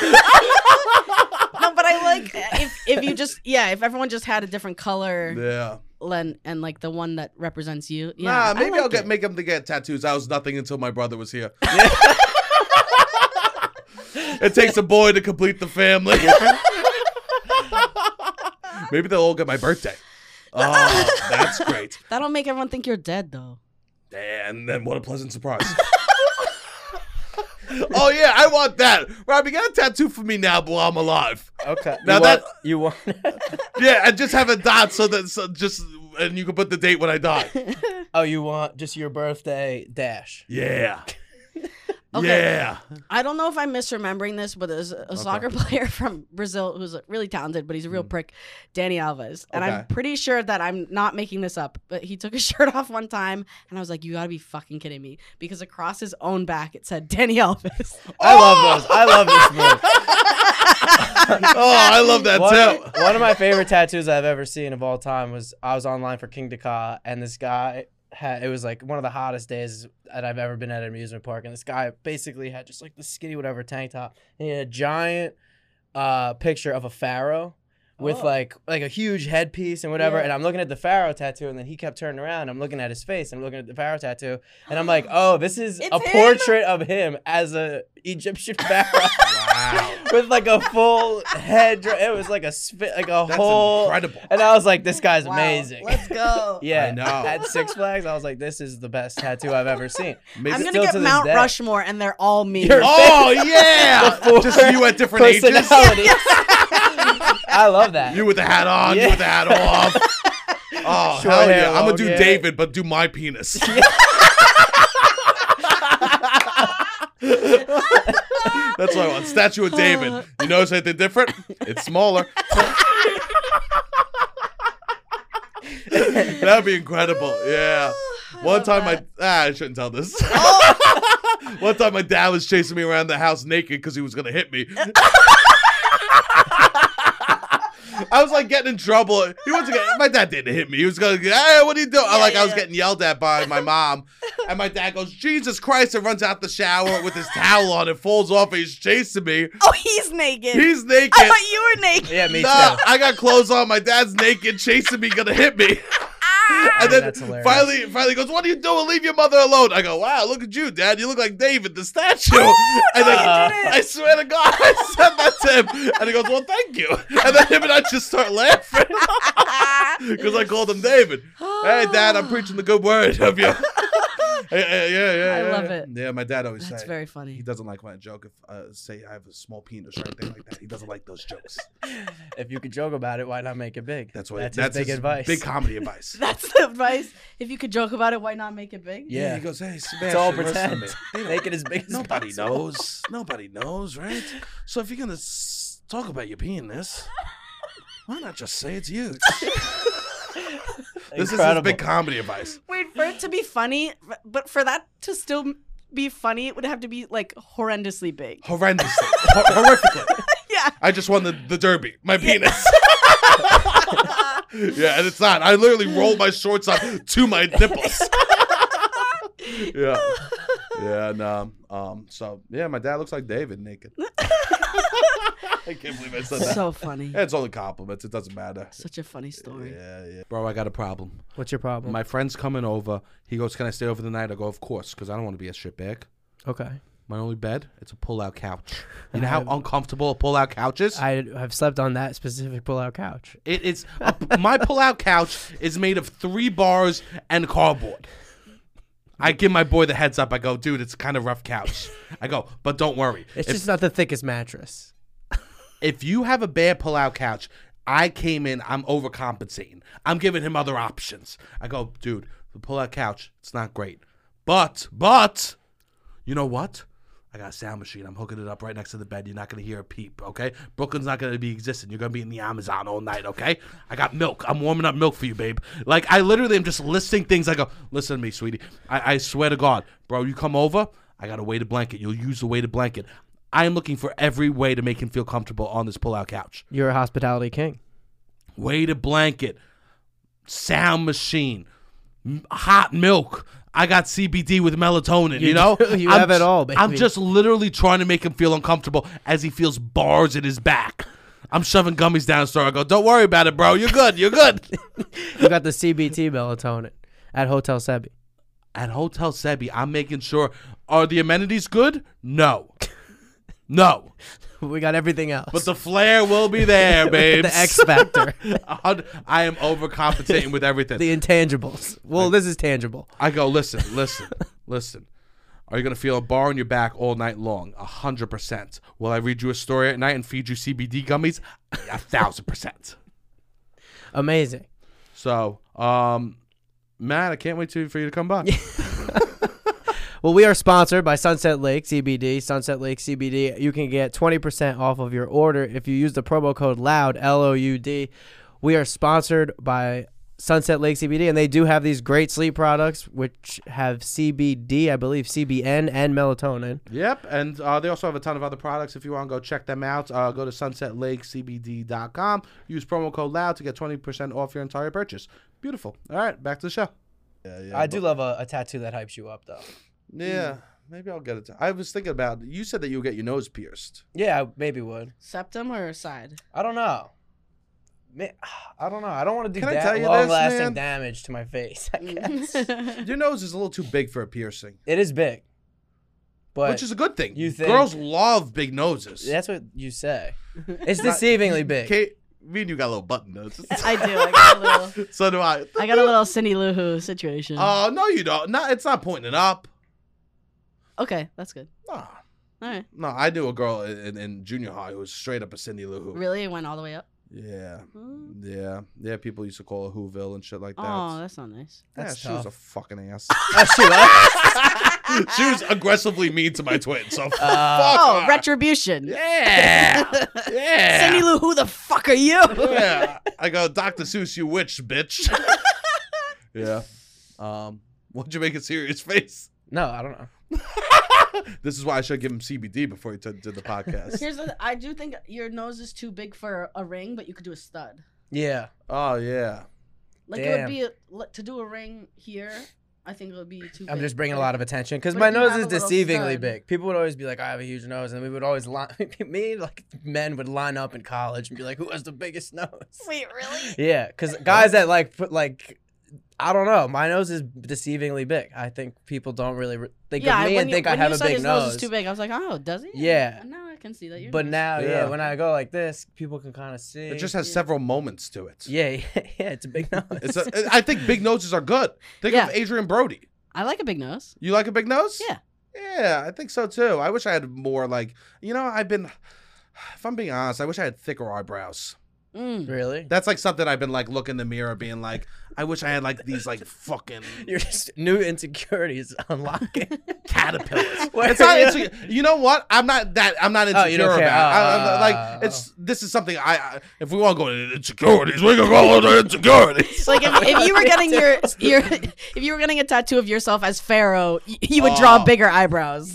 Speaker 3: no, but I like if if you just yeah, if everyone just had a different color
Speaker 1: Yeah.
Speaker 3: and and like the one that represents you. Yeah,
Speaker 1: Nah,
Speaker 3: I
Speaker 1: maybe
Speaker 3: like
Speaker 1: I'll get
Speaker 3: it.
Speaker 1: make them to get tattoos. I was nothing until my brother was here. it takes a boy to complete the family. maybe they'll all get my birthday. Oh, that's great.
Speaker 3: That'll make everyone think you're dead though.
Speaker 1: And then what a pleasant surprise. oh yeah, I want that. Robbie, get a tattoo for me now while I'm alive.
Speaker 2: Okay.
Speaker 1: Now
Speaker 2: you
Speaker 1: that-
Speaker 2: want, you want
Speaker 1: Yeah, and just have a dot so that so just and you can put the date when I die.
Speaker 2: Oh, you want just your birthday dash.
Speaker 1: Yeah.
Speaker 3: Okay.
Speaker 1: Yeah.
Speaker 3: I don't know if I'm misremembering this, but there's a soccer player from Brazil who's really talented, but he's a real prick, Danny Alves. And I'm
Speaker 1: Mm. Okay.
Speaker 3: pretty sure that I'm not making this up, but he took his shirt off one time, and I was like, you gotta be fucking kidding me. Because across his own back, it said Danny Alves.
Speaker 2: I love those. I love this move.
Speaker 1: Oh, I love that too.
Speaker 2: One, one of my favorite tattoos I've ever seen of all time was I was online for King Dakar, and this guy had it was like one of the hottest days that I've ever been at an amusement park, and this guy basically had just like the skinny whatever tank top, and he had a giant uh, picture of a pharaoh with
Speaker 3: Oh.
Speaker 2: like like a huge headpiece and whatever
Speaker 3: Yeah.
Speaker 2: and i'm looking at the pharaoh tattoo and then he kept turning around i'm looking at his face i'm looking at the pharaoh tattoo and i'm like oh this is
Speaker 3: It's
Speaker 2: a
Speaker 3: him!
Speaker 2: portrait of him as a egyptian pharaoh
Speaker 1: Wow.
Speaker 2: with like a full head. dra- It was like a spit, like a
Speaker 1: That's
Speaker 2: whole.
Speaker 1: incredible.
Speaker 2: And I was like, this guy's amazing.
Speaker 3: Let's go.
Speaker 2: yeah,
Speaker 1: I know.
Speaker 2: At Six Flags, I was like, this is the best tattoo I've ever seen.
Speaker 1: Maybe
Speaker 3: I'm gonna
Speaker 2: Still
Speaker 3: get
Speaker 2: to this
Speaker 3: Mount
Speaker 2: day.
Speaker 3: Rushmore, and they're all me.
Speaker 2: You're-
Speaker 1: Oh yeah, just you at different ages.
Speaker 2: Personality. I love that.
Speaker 1: You with the hat on, you
Speaker 2: Yeah.
Speaker 1: with the hat off. Oh
Speaker 2: Short
Speaker 1: hell
Speaker 2: hair,
Speaker 1: yeah! I'm gonna
Speaker 2: long
Speaker 1: do
Speaker 2: hair.
Speaker 1: David, but do my penis. That's what I want. Statue of David. You notice anything different? It's smaller. That'd be incredible. Yeah. One time my ah, I shouldn't tell this. One time my dad was chasing me around the house naked because he was gonna hit me. I was like getting in trouble. He wasn't. Getting, my dad didn't hit me. He was going, "Hey, what are you doing?" I like I was getting yelled at by my mom, and my dad goes, "Jesus Christ!" and runs out the shower with his towel on. It falls off. and He's chasing me.
Speaker 3: oh, he's naked.
Speaker 1: He's naked.
Speaker 3: I thought you were naked.
Speaker 2: yeah, me
Speaker 1: Nah,
Speaker 2: too.
Speaker 1: I got clothes on. My dad's naked, chasing me, gonna hit me.
Speaker 3: Ah.
Speaker 1: And then
Speaker 2: That's hilarious.
Speaker 1: finally, finally goes, "What are you doing? Leave your mother alone." I go, "Wow, look at you, Dad. You look like David, the statue." and then, I swear to God, I said that to him, and he goes, "Well, thank you." And then him and I just start laughing because I called him David. hey, Dad, I'm preaching the good word of you. Hey, hey, yeah, yeah,
Speaker 3: I
Speaker 1: yeah,
Speaker 3: love
Speaker 1: yeah.
Speaker 3: it.
Speaker 1: Yeah, my dad always
Speaker 3: That's
Speaker 1: said
Speaker 3: very
Speaker 1: he
Speaker 3: funny.
Speaker 1: doesn't like when I joke if uh, say I have a small penis or anything like that. He doesn't like those jokes.
Speaker 2: If you could joke about it, why not make it big?
Speaker 1: That's what.
Speaker 2: That's,
Speaker 1: That's,
Speaker 2: his big
Speaker 1: his
Speaker 2: advice.
Speaker 1: Big comedy advice.
Speaker 3: That's the advice. If you could joke about it, why not make it big?
Speaker 2: yeah.
Speaker 1: He goes, hey, Sebastian,
Speaker 2: it's all
Speaker 1: listen to
Speaker 2: pretend.
Speaker 1: me.
Speaker 2: Make it as big as
Speaker 1: Nobody
Speaker 2: possible.
Speaker 1: knows. Nobody knows, right? So if you're gonna s- talk about your penis, why not just say it's huge? this is his
Speaker 2: Incredible.
Speaker 1: big comedy advice.
Speaker 3: Wait, for it to be funny, but for that to still m- be funny, it would have to be like horrendously big.
Speaker 1: Horrendously, Hor- horrifically.
Speaker 3: Yeah.
Speaker 1: I just won the, the derby. My penis. yeah, and it's not. I literally rolled my shorts up to my nipples. yeah. Yeah, no. Um, so yeah, my dad looks like David naked. I can't believe I said that.
Speaker 3: So funny.
Speaker 1: Yeah, it's only compliments, it doesn't matter.
Speaker 3: Such a funny story.
Speaker 1: Yeah, yeah. Bro, I got a problem.
Speaker 2: What's your problem?
Speaker 1: My friend's coming over. He goes, Can I stay over the night? I go, Of course, because I don't want to be a shitbag.
Speaker 2: okay.
Speaker 1: My only bed, it's a pull out couch. You know how uncomfortable a pull out couch is?
Speaker 2: I have slept on that specific pull-out couch.
Speaker 1: It is a, my pull-out couch is made of three bars and cardboard. I give my boy the heads up. I go, dude, it's kind of rough couch. I go, but don't worry.
Speaker 2: It's
Speaker 1: if,
Speaker 2: just not the thickest mattress.
Speaker 1: if you have a bad pull-out couch, I came in, I'm overcompensating. I'm giving him other options. I go, dude, the pull out couch, it's not great. But, but, you know what? I got a sound machine. I'm hooking it up right next to the bed. You're not gonna hear a peep, okay? Brooklyn's not gonna be existing. You're gonna be in the Amazon all night, okay? I got milk. I'm warming up milk for you, babe. Like I literally am just listing things. I go, listen to me, sweetie. I, I swear to God, bro. You come over. I got a weighted blanket. You'll use the weighted blanket. I am looking for every way to make him feel comfortable on this pull-out couch.
Speaker 2: You're a hospitality king.
Speaker 1: Weighted blanket, sound machine, m- hot milk. I got CBD with melatonin. You,
Speaker 2: You
Speaker 1: know,
Speaker 2: do. You have it
Speaker 1: ju-
Speaker 2: all, baby.
Speaker 1: I'm just literally trying to make him feel uncomfortable as he feels bars in his back. I'm shoving gummies down his throat. I go, "Don't worry about it, bro. You're good. You're good."
Speaker 2: You got the CBT melatonin at Hotel Sebi.
Speaker 1: At Hotel Sebi, I'm making sure are the amenities good? No, no.
Speaker 2: We got everything else.
Speaker 1: But the flair will be there, babe.
Speaker 2: the X factor,
Speaker 1: I am overcompensating with everything.
Speaker 2: the intangibles. Well, this is tangible.
Speaker 1: I go, listen, listen, listen. Are you gonna feel a bar on your back all night long? A hundred percent. Will I read you a story at night and feed you CBD gummies? A thousand percent.
Speaker 2: Amazing.
Speaker 1: So, um, Matt, I can't wait to, for you to come by.
Speaker 2: Well, we are sponsored by Sunset Lake CBD. Sunset Lake CBD. You can get 20% off of your order if you use the promo code LOUD, L O U D. We are sponsored by Sunset Lake CBD, and they do have these great sleep products, which have CBD, I believe, CBN, and melatonin.
Speaker 1: Yep, and uh, they also have a ton of other products. If you want to go check them out, uh, go to sunsetlakecbd.com. Use promo code LOUD to get 20% off your entire purchase. Beautiful. All right, back to the show.
Speaker 2: I do love a, a tattoo that hypes you up, though.
Speaker 1: Yeah, maybe I'll get it. I was thinking about, you said that you'll get your nose pierced.
Speaker 2: Yeah, I maybe would.
Speaker 3: Septum or side?
Speaker 2: I don't know. Ma- I don't know. I don't want to do
Speaker 1: Can I tell
Speaker 2: that
Speaker 1: you this,
Speaker 2: long lasting
Speaker 1: man?
Speaker 2: damage to my face. I
Speaker 3: Mm-hmm.
Speaker 2: guess
Speaker 1: Your nose is a little too big for a piercing,
Speaker 2: it is big, but
Speaker 1: which is a good thing.
Speaker 2: you think-
Speaker 1: Girls love big noses.
Speaker 2: that's what you say. It's deceivingly big.
Speaker 1: Kate, me and you got little button noses.
Speaker 3: I do. I got a little.
Speaker 1: so do I.
Speaker 3: I got a little Cindy Lou Who situation.
Speaker 1: Oh, no, you don't. Not, it's not pointing it up.
Speaker 3: okay, that's good.
Speaker 1: Nah.
Speaker 3: All right.
Speaker 1: No, I knew a girl in, in junior high who was straight up a Cindy Lou Who.
Speaker 3: Really, it went all the way up.
Speaker 1: Yeah,
Speaker 3: Oh,
Speaker 1: yeah, yeah. People used to call her Whoville and shit like that.
Speaker 3: that's not nice.
Speaker 1: yeah,
Speaker 2: That's
Speaker 1: she was a
Speaker 2: tough.
Speaker 1: fucking ass.
Speaker 2: Oh, shoot, I-
Speaker 1: she was aggressively mean to my twin. So
Speaker 2: Uh,
Speaker 1: fuck.
Speaker 3: Oh,
Speaker 1: her.
Speaker 3: retribution.
Speaker 1: Yeah, yeah.
Speaker 3: Cindy Lou, who the fuck are you?
Speaker 1: Yeah. I go, Dr. Seuss, you witch, bitch. yeah. Um, why'd you make a serious face?
Speaker 2: no, I don't know.
Speaker 1: This is why I should give him CBD before he t- did the podcast.
Speaker 3: Here's the, I do think your nose is too big for a ring, but you could do a stud.
Speaker 2: Yeah,
Speaker 1: oh yeah.
Speaker 3: Like it
Speaker 2: Damn.
Speaker 3: would be a, li- to do a ring here. I think it would be too.
Speaker 2: I'm
Speaker 3: big.
Speaker 2: just bringing a lot of attention because
Speaker 3: But
Speaker 2: my
Speaker 3: you
Speaker 2: nose
Speaker 3: have
Speaker 2: is
Speaker 3: a little
Speaker 2: deceivingly
Speaker 3: stud.
Speaker 2: big. People would always be like, "I have a huge nose," and we would always line me like men would line up in college and be like, "Who has the biggest nose?"
Speaker 3: Wait, really?
Speaker 2: Yeah, because guys that like put like I don't know, my nose is deceivingly big. I think people don't really re- think
Speaker 3: yeah,
Speaker 2: of me
Speaker 3: when
Speaker 2: and
Speaker 3: you-
Speaker 2: think I
Speaker 3: when
Speaker 2: have
Speaker 3: you
Speaker 2: a
Speaker 3: said
Speaker 2: big
Speaker 3: his
Speaker 2: nose.
Speaker 3: is too big. I was like, oh, does he?
Speaker 2: Yeah.
Speaker 3: And now I can see that. Your
Speaker 2: But
Speaker 3: nose-
Speaker 2: now, yeah.
Speaker 1: Yeah.
Speaker 2: when I go like this, people can kind of see.
Speaker 1: It just has several moments to it.
Speaker 2: yeah, yeah, yeah, it's a big nose.
Speaker 1: It's a, I think big noses are good. Think of
Speaker 3: Yeah.
Speaker 1: Adrian Brody.
Speaker 3: I like a big nose.
Speaker 1: You like a big nose?
Speaker 3: Yeah.
Speaker 1: Yeah, I think so too. I wish I had more like you know, I've been if I'm being honest, I wish I had thicker eyebrows.
Speaker 3: Mm.
Speaker 2: really.
Speaker 1: That's like something I've been like looking in the mirror being like, I wish I had like these like fucking
Speaker 2: Your just new insecurities unlocking.
Speaker 1: caterpillars.
Speaker 2: Where
Speaker 1: It's not
Speaker 2: you-
Speaker 1: insecure. You know what? I'm not that. I'm not insecure
Speaker 2: Oh, you don't
Speaker 1: about.
Speaker 2: care.
Speaker 1: I,
Speaker 2: Oh.
Speaker 1: I, like it's. This is something I. I if we want to go into insecurities, we can go into insecurities.
Speaker 3: Like if, if you were getting your your if you were getting a tattoo of yourself as Pharaoh, y- you would draw
Speaker 1: Oh.
Speaker 3: bigger eyebrows.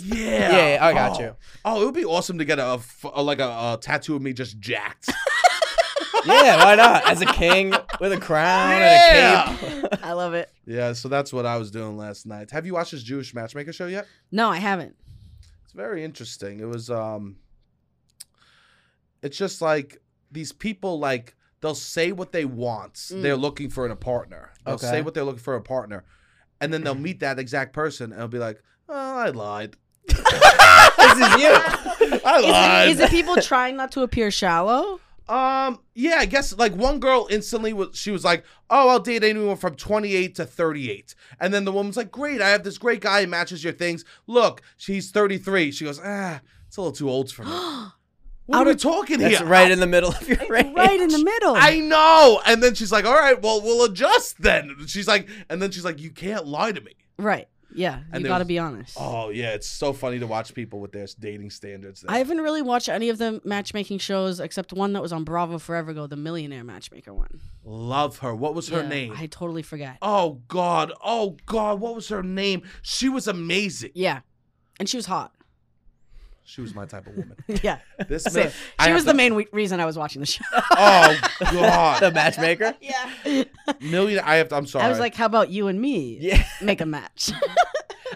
Speaker 1: Yeah.
Speaker 2: Yeah, I got you.
Speaker 1: Oh, it would be awesome to get a, f- a- like a, a tattoo of me just jacked. Oh.
Speaker 2: yeah, why not? As a king with a crown
Speaker 1: yeah.
Speaker 2: and a cape.
Speaker 3: I love it.
Speaker 1: yeah. So that's what I was doing last night. Have you watched this Jewish matchmaker show yet?
Speaker 3: No, I haven't.
Speaker 1: It's very interesting. It was um it's just like these people like they'll say what they want. They're looking for in a partner. They'll
Speaker 2: Mm. Okay.
Speaker 1: say what they're looking for in a partner. And then they'll meet that exact person and they'll be like, "Oh, I lied.
Speaker 2: This is you.
Speaker 1: I
Speaker 3: Is it, is
Speaker 1: lied."
Speaker 3: it people trying not to appear shallow?
Speaker 1: um, yeah, I guess like one girl instantly was she was like, "Oh, I'll date anyone from 28 to 38." And then the woman's like, "Great, I have this great guy who matches your things. Look, she's 33." She goes, "Ah, it's a little too old for me." What
Speaker 3: Out
Speaker 1: are we
Speaker 3: of-
Speaker 1: talking
Speaker 2: That's
Speaker 1: here?
Speaker 2: right in the middle of your range.
Speaker 3: right in the middle.
Speaker 1: I know. And then she's like, all right, well, we'll adjust then. She's like, and then she's like, you can't lie to me.
Speaker 3: right. Yeah.
Speaker 1: And
Speaker 3: you
Speaker 1: there
Speaker 3: got to
Speaker 1: was-
Speaker 3: be honest.
Speaker 1: Oh, yeah. It's so funny to watch people with their dating standards. there.
Speaker 3: I haven't really watched any of the matchmaking shows except one that was on Bravo forever ago, the Millionaire Matchmaker one.
Speaker 1: Love her. What was her
Speaker 3: Yeah,
Speaker 1: name?
Speaker 3: I totally forget.
Speaker 1: Oh, God. Oh, God. What was her name? She was amazing.
Speaker 3: Yeah. And she was hot.
Speaker 1: She was my type of woman.
Speaker 3: yeah.
Speaker 1: This
Speaker 3: Same.
Speaker 1: man, I
Speaker 3: She
Speaker 1: have
Speaker 3: was the
Speaker 1: to-
Speaker 3: main we- reason I was watching the show.
Speaker 1: Oh,
Speaker 2: the
Speaker 1: God.
Speaker 2: matchmaker.
Speaker 3: yeah.
Speaker 1: Million. I have to, I'm sorry.
Speaker 3: I was like, how about you and me
Speaker 2: Yeah,
Speaker 3: make a match?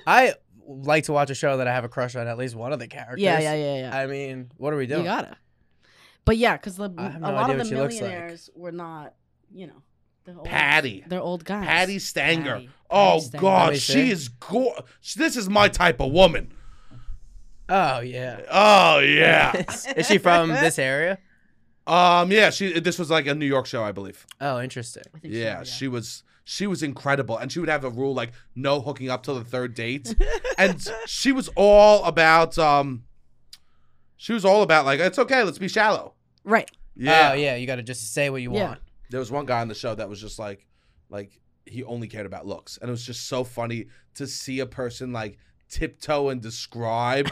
Speaker 2: I like to watch a show that I have a crush on at least one of the characters.
Speaker 3: yeah, yeah, yeah, yeah.
Speaker 2: I mean, what are we
Speaker 3: you
Speaker 2: doing?
Speaker 3: gotta. But yeah, because the,
Speaker 2: I have
Speaker 3: a
Speaker 2: no
Speaker 3: lot
Speaker 2: idea
Speaker 3: of
Speaker 2: what she
Speaker 3: the
Speaker 2: looks like.
Speaker 3: millionaires were not, you know, they're old,
Speaker 1: Patty.
Speaker 3: they're old guys.
Speaker 1: Patty Stanger.
Speaker 3: Patty.
Speaker 1: Oh,
Speaker 3: Patty Stanger.
Speaker 1: God.
Speaker 2: Patty
Speaker 1: She
Speaker 2: Stanger.
Speaker 1: is gorgeous. This is my type of woman.
Speaker 2: oh yeah.
Speaker 1: Oh, yeah.
Speaker 2: Is she from this area?
Speaker 1: Um, yeah, she. This was like a New York show, I believe.
Speaker 2: Oh, interesting.
Speaker 3: I think she-
Speaker 1: Yeah, she was. She was incredible, and she would have a rule like no hooking up till the third date, and she was all about. um She was all about like it's okay, let's be shallow.
Speaker 3: Right.
Speaker 1: Yeah,
Speaker 2: Oh yeah, you got to just say what you
Speaker 3: Yeah.
Speaker 2: want.
Speaker 1: there was one guy on the show that was just like, like he only cared about looks, and it was just so funny to see a person like tiptoe and describe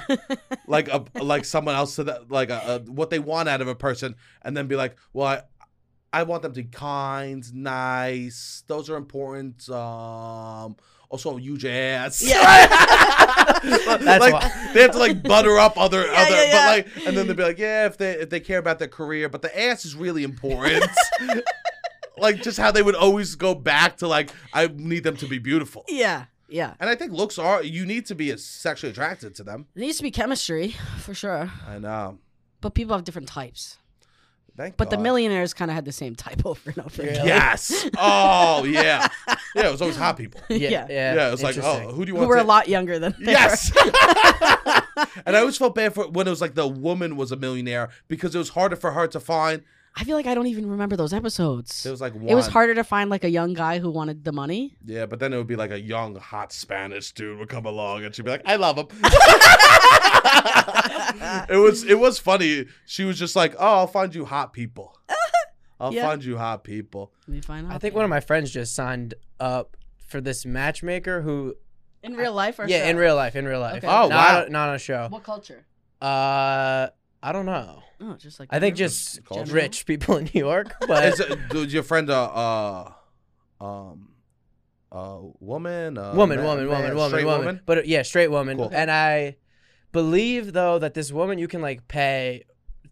Speaker 1: like a like someone else to that like a, a, what they want out of a person, and then be like, well, I, I want them to be kind, nice. Those are important. Um, also, huge ass.
Speaker 3: Yeah.
Speaker 1: That's
Speaker 2: That's
Speaker 1: like
Speaker 2: why.
Speaker 1: they have to like butter up other other,
Speaker 3: yeah, yeah.
Speaker 1: but like, and then they'd be like, yeah, if they if they care about their career, but the ass is really important. like just how they would always go back to like, I need them to be beautiful,
Speaker 3: Yeah. Yeah.
Speaker 1: and I think looks are you need to be sexually attracted to them.
Speaker 3: There needs to be chemistry for sure,
Speaker 1: I know.
Speaker 3: but people have different types.
Speaker 1: Thank
Speaker 3: But the
Speaker 1: God.
Speaker 3: millionaires kind of had the same type over and over. again.
Speaker 2: Really?
Speaker 1: Yes. Oh yeah. Yeah, it was always hot people.
Speaker 3: Yeah.
Speaker 2: Yeah, yeah.
Speaker 1: Yeah, it was like,
Speaker 2: interesting.
Speaker 1: oh, who do you
Speaker 3: Who
Speaker 1: want?
Speaker 3: were
Speaker 1: to
Speaker 3: a lot younger than they
Speaker 1: Yes. and I always felt bad for when it was like the woman was a millionaire because it was harder for her to find.
Speaker 3: were. I feel like I don't even remember those episodes.
Speaker 1: It was like one.
Speaker 3: It was harder to find like a young guy who wanted the money.
Speaker 1: Yeah, but then it would be like a young, hot Spanish dude would come along, and she'd be like, "I love him." it was it was funny. She was just like, "Oh, I'll find you hot people. I'll
Speaker 3: Yeah.
Speaker 1: find you hot people."
Speaker 3: Let me find out.
Speaker 2: I think one of my friends just signed up for this matchmaker who
Speaker 3: in real life or
Speaker 2: yeah
Speaker 3: show?
Speaker 2: in real life in real life
Speaker 3: Okay.
Speaker 1: Oh,
Speaker 2: Not-
Speaker 1: wow.
Speaker 2: not on a show
Speaker 3: What culture?
Speaker 2: uh i don't know
Speaker 3: Oh, just like
Speaker 2: i think just
Speaker 1: Culture?
Speaker 2: rich people in new york but
Speaker 1: Is it, dude, your friend a uh, um a woman? A ma-
Speaker 2: woman woman
Speaker 1: man-
Speaker 2: woman woman
Speaker 1: straight
Speaker 2: woman but uh, yeah straight woman
Speaker 1: Cool.
Speaker 2: and i believe though that this woman you can like pay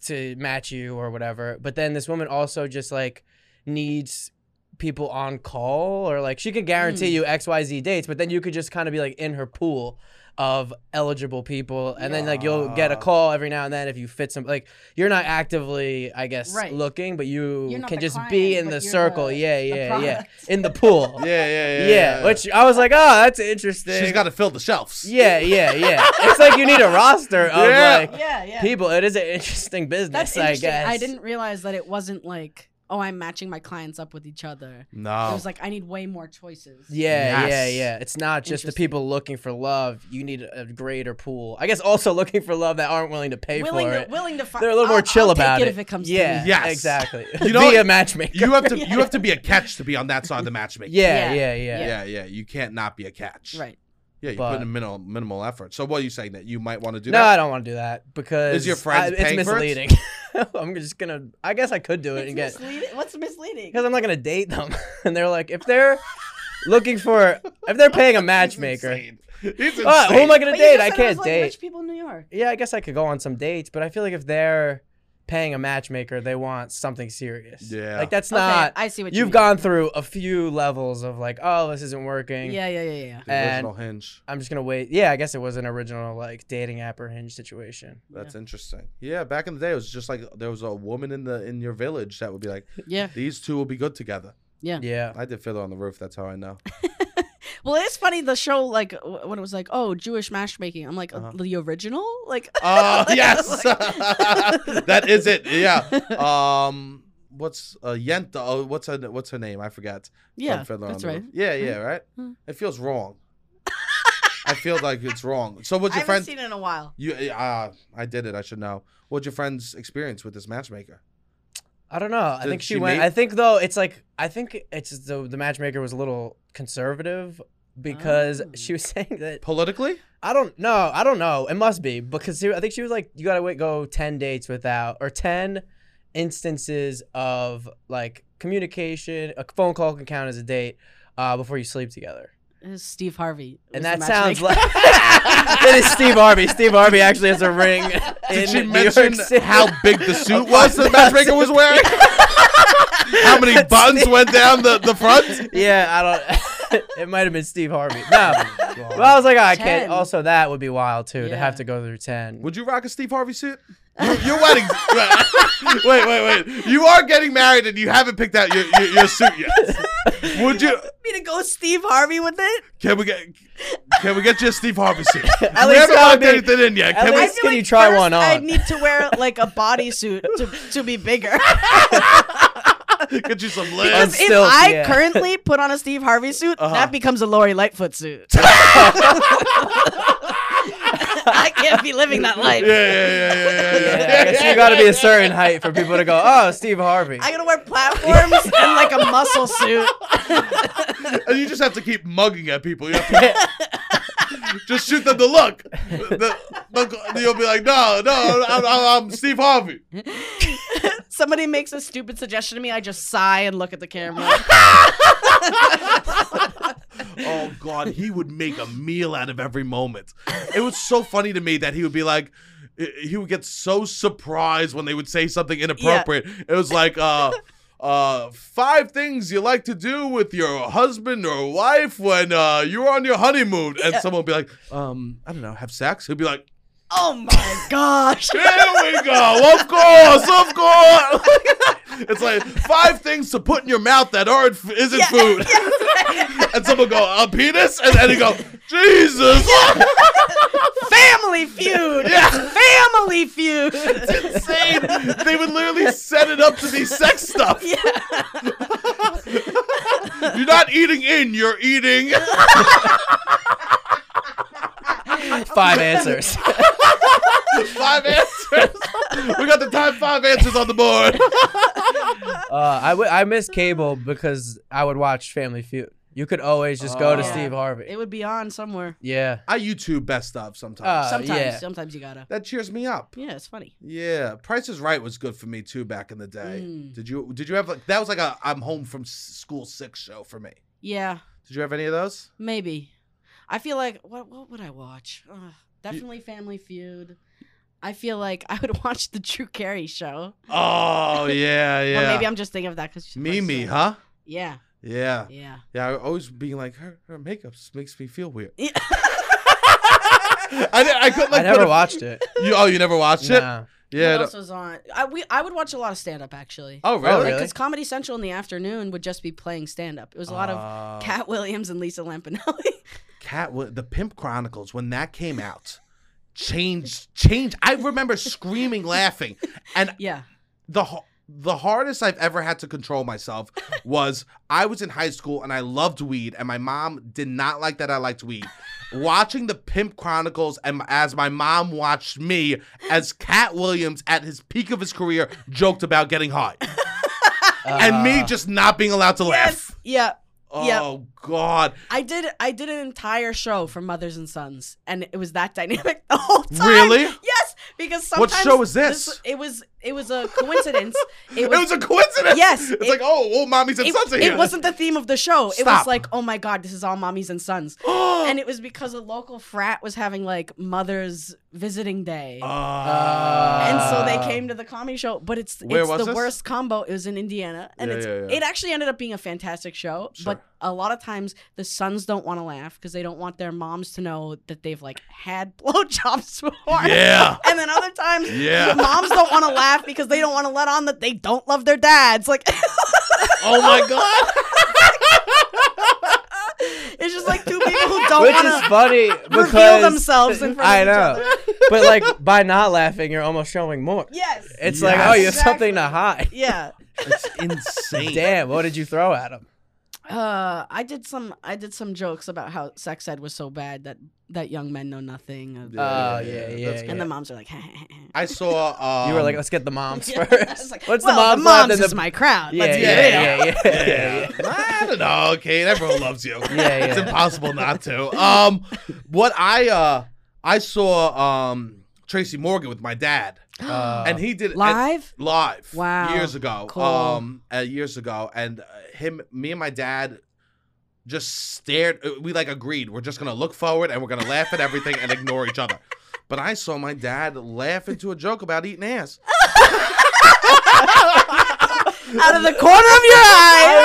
Speaker 2: to match you or whatever but then this woman also just like needs people on call or like she could guarantee
Speaker 1: Hmm.
Speaker 2: you xyz dates but then you could just kind of be like in her pool of eligible people and then like you'll get a
Speaker 1: Yeah.
Speaker 2: call every now and then if you fit some like you're not actively i guess
Speaker 3: Right.
Speaker 2: looking but you
Speaker 3: You're not
Speaker 2: can
Speaker 3: the
Speaker 2: just
Speaker 3: client,
Speaker 2: be in
Speaker 3: but
Speaker 2: the
Speaker 3: you're
Speaker 2: circle
Speaker 3: the-
Speaker 2: yeah
Speaker 3: the
Speaker 2: yeah yeah
Speaker 3: product.
Speaker 2: in the pool
Speaker 1: Yeah, yeah, yeah.
Speaker 2: yeah, which I was like, oh, that's interesting.
Speaker 1: she's got to fill the shelves.
Speaker 2: Yeah, yeah, yeah. it's like you need a roster of
Speaker 1: Yeah.
Speaker 2: like
Speaker 3: yeah, yeah.
Speaker 2: people. It is an interesting business,
Speaker 3: That's
Speaker 2: I
Speaker 3: interesting.
Speaker 2: guess.
Speaker 3: I didn't realize that it wasn't like, oh, I'm matching my clients up with each other. It
Speaker 1: No.
Speaker 3: was like I need way more choices.
Speaker 2: Yeah, yeah,
Speaker 1: Yes.
Speaker 2: yeah. It's not just the
Speaker 3: Interesting.
Speaker 2: people looking for love. You need a greater pool. I guess also looking for love that aren't willing to pay
Speaker 3: willing
Speaker 2: for
Speaker 3: to
Speaker 2: it.
Speaker 3: willing to find.
Speaker 2: They're a little more chill about
Speaker 3: it. If it comes,
Speaker 2: yeah,
Speaker 3: to me.
Speaker 1: Yes.
Speaker 2: exactly.
Speaker 1: You know-
Speaker 2: be a matchmaker.
Speaker 1: You have to you have to be a catch to be on that side of the matchmaking.
Speaker 2: yeah, yeah, yeah,
Speaker 3: Yeah.
Speaker 1: yeah, yeah. You can't not be a catch.
Speaker 3: right.
Speaker 1: Yeah, you
Speaker 2: But-
Speaker 1: put in minimal minimal effort. So what are you saying that you might want to do
Speaker 2: no, I
Speaker 1: that?
Speaker 2: don't want to do that because
Speaker 1: Is your friend
Speaker 2: I- it's
Speaker 1: paying for it?
Speaker 2: misleading. I'm just gonna. I guess I could do it and get.
Speaker 3: What's misleading?
Speaker 2: because I'm not gonna date them. and they're like, if they're looking for, if they're paying a matchmaker, "Oh, who am I gonna date? I can't date.
Speaker 3: Rich people in New York.
Speaker 2: Yeah, I guess I could go on some dates, but I feel like if they're paying a matchmaker, they want something serious.
Speaker 1: Yeah.
Speaker 2: like that's not.
Speaker 3: okay, I see what you
Speaker 2: you've
Speaker 3: mean.
Speaker 2: gone through a few levels of like, oh, this isn't working.
Speaker 3: Yeah, yeah, yeah, yeah.
Speaker 1: The original
Speaker 2: And-
Speaker 1: hinge.
Speaker 2: I'm just gonna wait. Yeah, I guess it was an original like dating app or hinge situation.
Speaker 1: That's interesting. Yeah, back in the day, it was just like there was a woman in the in your village that would be like,
Speaker 3: Yeah.
Speaker 1: "These two will be good together."
Speaker 2: Yeah.
Speaker 1: I did Fiddler on the Roof. That's how I know.
Speaker 3: Well, it's funny the show like w- when it was like, oh, Jewish matchmaking. I'm like
Speaker 1: Uh-huh.
Speaker 3: the original, like
Speaker 1: Oh yes,
Speaker 3: Like-
Speaker 1: that is it. Yeah. Um, what's uh, Yenta? Oh, what's her what's her name? I forgot. from
Speaker 3: yeah,
Speaker 1: Fiddler on
Speaker 3: that's
Speaker 2: Hmm.
Speaker 1: the
Speaker 3: right.
Speaker 1: Roof. Yeah, yeah, right.
Speaker 3: Mm.
Speaker 1: It feels wrong. I feel like it's wrong. So what's
Speaker 3: I
Speaker 1: your
Speaker 3: haven't
Speaker 1: friend?
Speaker 3: seen it in a while.
Speaker 1: You, uh, I did it. I should know. What's your friend's experience with this matchmaker?
Speaker 2: I don't know. I
Speaker 1: Did
Speaker 2: think she,
Speaker 1: she
Speaker 2: went.
Speaker 1: meet-
Speaker 2: I think though it's like I think it's the the matchmaker was a little conservative because
Speaker 3: Oh.
Speaker 2: she was saying that
Speaker 1: Politically?
Speaker 2: I don't know. I don't know. It must be because she, I think she was like you gotta wait, go ten dates without or ten instances of like communication. A phone call can count as a date uh, before you sleep together.
Speaker 3: It's Steve Harvey.
Speaker 2: And
Speaker 3: was
Speaker 2: that
Speaker 3: the
Speaker 2: sounds
Speaker 3: matchmaker.
Speaker 2: like that is Steve Harvey. Steve Harvey actually has a ring.
Speaker 1: Did
Speaker 2: in
Speaker 1: she
Speaker 2: New York
Speaker 1: mention
Speaker 2: City.
Speaker 1: how big the suit was that the matchmaker was wearing? how many
Speaker 2: That's
Speaker 1: buttons
Speaker 2: Steve-
Speaker 1: went down the, the front?
Speaker 2: Yeah, I don't. it might have been Steve Harvey. No, but I was like, oh, I can't.
Speaker 3: 10.
Speaker 2: Also, that would be wild too to have
Speaker 3: Yeah.
Speaker 2: to go through ten.
Speaker 1: Would you rock a Steve Harvey suit? Your, your wedding. wait, wait, wait. You are getting married and you haven't picked out your, your, your suit yet. Would you?
Speaker 3: me to go Steve Harvey with it.
Speaker 1: Can we get? Can we get you a Steve Harvey suit?
Speaker 2: At
Speaker 1: we
Speaker 2: least
Speaker 1: haven't
Speaker 2: that would
Speaker 1: locked
Speaker 2: be-
Speaker 1: anything in yet. Can
Speaker 2: at least-
Speaker 1: we?
Speaker 2: Let's get you try
Speaker 3: first
Speaker 2: one
Speaker 3: I
Speaker 2: on.
Speaker 3: need to wear like a bodysuit to to be bigger.
Speaker 1: Get you some
Speaker 2: On
Speaker 3: Because
Speaker 1: legs.
Speaker 3: if
Speaker 2: stilts,
Speaker 3: I
Speaker 2: yeah. Uh-huh.
Speaker 3: currently put on a Steve Harvey suit, that becomes a Lori Lightfoot suit. I can't be living that life.
Speaker 1: Yeah, yeah, yeah, yeah, yeah.
Speaker 2: Yeah,
Speaker 1: yeah.
Speaker 2: I guess you got to be a certain height for people to go, oh, Steve Harvey.
Speaker 3: I gotta wear platforms and like a muscle suit.
Speaker 1: And you just have to keep mugging at people. You have to just shoot them the look. The, look you'll be like, no, no, I'm, I'm, I'm Steve Harvey.
Speaker 3: Somebody makes a stupid suggestion to me, I just sigh and look at the camera.
Speaker 1: Oh God, he would make a meal out of every moment. It was so funny to me that he would be like, he would get so surprised when they would say something inappropriate. It was like, uh, uh, five things you like to do with your husband or wife when uh, you're on your honeymoon, and someone would be like, um, I don't know, have sex. He'd be like.
Speaker 3: Oh my gosh.
Speaker 1: Here we go. Of course, of course. it's like five things to put in your mouth that aren't isn't food. and someone go a penis, and then you go Jesus.
Speaker 3: Family feud.
Speaker 1: Yeah.
Speaker 3: Family feud.
Speaker 1: Insane. They would literally set it up to be sex stuff. You're not eating in. You're eating.
Speaker 2: Five answers.
Speaker 1: Five answers. we got the top five answers on the board.
Speaker 2: Uh, I, w- I miss cable because I would watch Family Feud. You could always just go to
Speaker 1: Oh.
Speaker 2: Steve
Speaker 3: It
Speaker 2: Harvey.
Speaker 3: would be on somewhere.
Speaker 2: Yeah.
Speaker 1: I YouTube best of sometimes.
Speaker 2: Uh,
Speaker 3: Sometimes,
Speaker 2: yeah.
Speaker 3: sometimes you gotta.
Speaker 1: that cheers me up.
Speaker 3: Yeah, it's funny.
Speaker 1: Yeah, Price is Right was good for me too back in the day.
Speaker 3: Mm.
Speaker 1: Did you did you have like that was like a I'm home from s- school sick show for me.
Speaker 3: Yeah,
Speaker 1: Did you have any of those?
Speaker 3: maybe. I feel like what what would I watch? Ugh, definitely Family Feud. I feel like I would watch the Drew Carey show.
Speaker 1: Oh yeah,
Speaker 3: Or
Speaker 1: yeah.
Speaker 3: maybe I'm just thinking of that because
Speaker 1: Mimi, huh?
Speaker 3: Yeah,
Speaker 1: Yeah,
Speaker 3: yeah.
Speaker 1: yeah. I always being like her her makeup s- makes me feel weird.
Speaker 3: I
Speaker 1: I, di- I couldn't like
Speaker 2: I never
Speaker 1: put a-
Speaker 2: watched it.
Speaker 1: You oh you never watched it?
Speaker 2: Nah.
Speaker 1: Yeah.
Speaker 3: what
Speaker 1: no-
Speaker 3: else was on? I we I would watch a lot of stand up actually.
Speaker 1: Oh really?
Speaker 2: really?
Speaker 3: Because Comedy Central in the afternoon would just be playing stand up. It was a lot of
Speaker 1: Oh.
Speaker 3: Cat Williams and Lisa Lampanelli.
Speaker 1: Cat Wi- the Pimp Chronicles when that came out. Change, change. I remember screaming, laughing, and
Speaker 3: yeah.
Speaker 1: the ho- the hardest I've ever had to control myself was I was in high school and I loved weed and my mom did not like that I liked weed. Watching the Pimp Chronicles and as my mom watched me as Cat Williams at his peak of his career joked about getting high and me
Speaker 2: Uh,
Speaker 1: just not being allowed to laugh.
Speaker 3: Yeah.
Speaker 1: Oh
Speaker 3: Ah. Yep.
Speaker 1: God!
Speaker 3: I did I did an entire show for mothers and sons, and it was that dynamic the whole time.
Speaker 1: Really?
Speaker 3: Yes, because
Speaker 1: What
Speaker 3: sometimes
Speaker 1: show is this?
Speaker 3: it was it was a coincidence.
Speaker 1: It was, a coincidence.
Speaker 3: Yes,
Speaker 1: it's
Speaker 3: it-
Speaker 1: like oh, oh, mommy's and
Speaker 3: it,
Speaker 1: sons are
Speaker 3: it
Speaker 1: here.
Speaker 3: wasn't the theme of the show. It
Speaker 1: Stop. Oh.
Speaker 3: was like, oh my god, this is all mommies and sons, and it was because a local frat was having like mothers visiting day.
Speaker 1: Oh. Ah.
Speaker 3: and so they came to the comedy show, but it's
Speaker 1: Where
Speaker 3: it's
Speaker 1: was
Speaker 3: the
Speaker 1: this?
Speaker 3: worst combo. It was in Indiana, and
Speaker 1: Yeah,
Speaker 3: it's,
Speaker 1: yeah, yeah.
Speaker 3: it actually ended up being a fantastic show.
Speaker 1: Sure.
Speaker 3: But a lot of times the sons don't want to laugh because they don't want their moms to know that they've like had blowjobs before.
Speaker 1: Yeah.
Speaker 3: And then other times,
Speaker 1: Yeah.
Speaker 3: the moms don't want to laugh because they don't want to let on that they don't love their dads. Like,
Speaker 1: Oh my God!
Speaker 3: it's just like two people who don't
Speaker 2: Which is
Speaker 3: want to
Speaker 2: funny
Speaker 3: reveal
Speaker 2: because
Speaker 3: themselves in front
Speaker 2: I
Speaker 3: of
Speaker 2: know,
Speaker 3: each other.
Speaker 2: but like by not laughing, you're almost showing more.
Speaker 3: Yes.
Speaker 2: It's like, oh, you have
Speaker 3: Exactly.
Speaker 2: something to hide.
Speaker 3: yeah.
Speaker 1: It's insane.
Speaker 2: Damn, what did you throw at him?
Speaker 3: Uh, I did some I did some jokes about how sex ed was so bad that that young men know nothing. Of,
Speaker 2: Oh, yeah,
Speaker 1: that's
Speaker 2: yeah,
Speaker 1: good.
Speaker 2: yeah.
Speaker 3: And the moms are like,
Speaker 1: I saw. Um,
Speaker 2: you were like, let's get the moms
Speaker 3: Yeah, I was
Speaker 2: first.
Speaker 3: like,
Speaker 2: What's the
Speaker 3: well,
Speaker 2: moms? left and
Speaker 3: is
Speaker 2: the-
Speaker 3: my crowd.
Speaker 2: yeah,
Speaker 3: Let's be
Speaker 2: yeah,
Speaker 3: real.
Speaker 2: yeah, yeah, yeah,
Speaker 1: yeah. I don't know. Kate, everyone loves you.
Speaker 2: yeah.
Speaker 1: It's impossible not to. Um, what I uh I saw um Tracy Morgan with my dad,
Speaker 2: Uh,
Speaker 1: and he did and-
Speaker 3: Live?
Speaker 1: live
Speaker 3: Wow.
Speaker 1: years ago
Speaker 3: Cool.
Speaker 1: um uh, years ago and uh, him me and my dad just stared uh, we like agreed we're just gonna look forward and we're gonna laugh at everything and ignore each other but i saw my dad laugh into a joke about eating ass
Speaker 3: Out of the corner of your eye.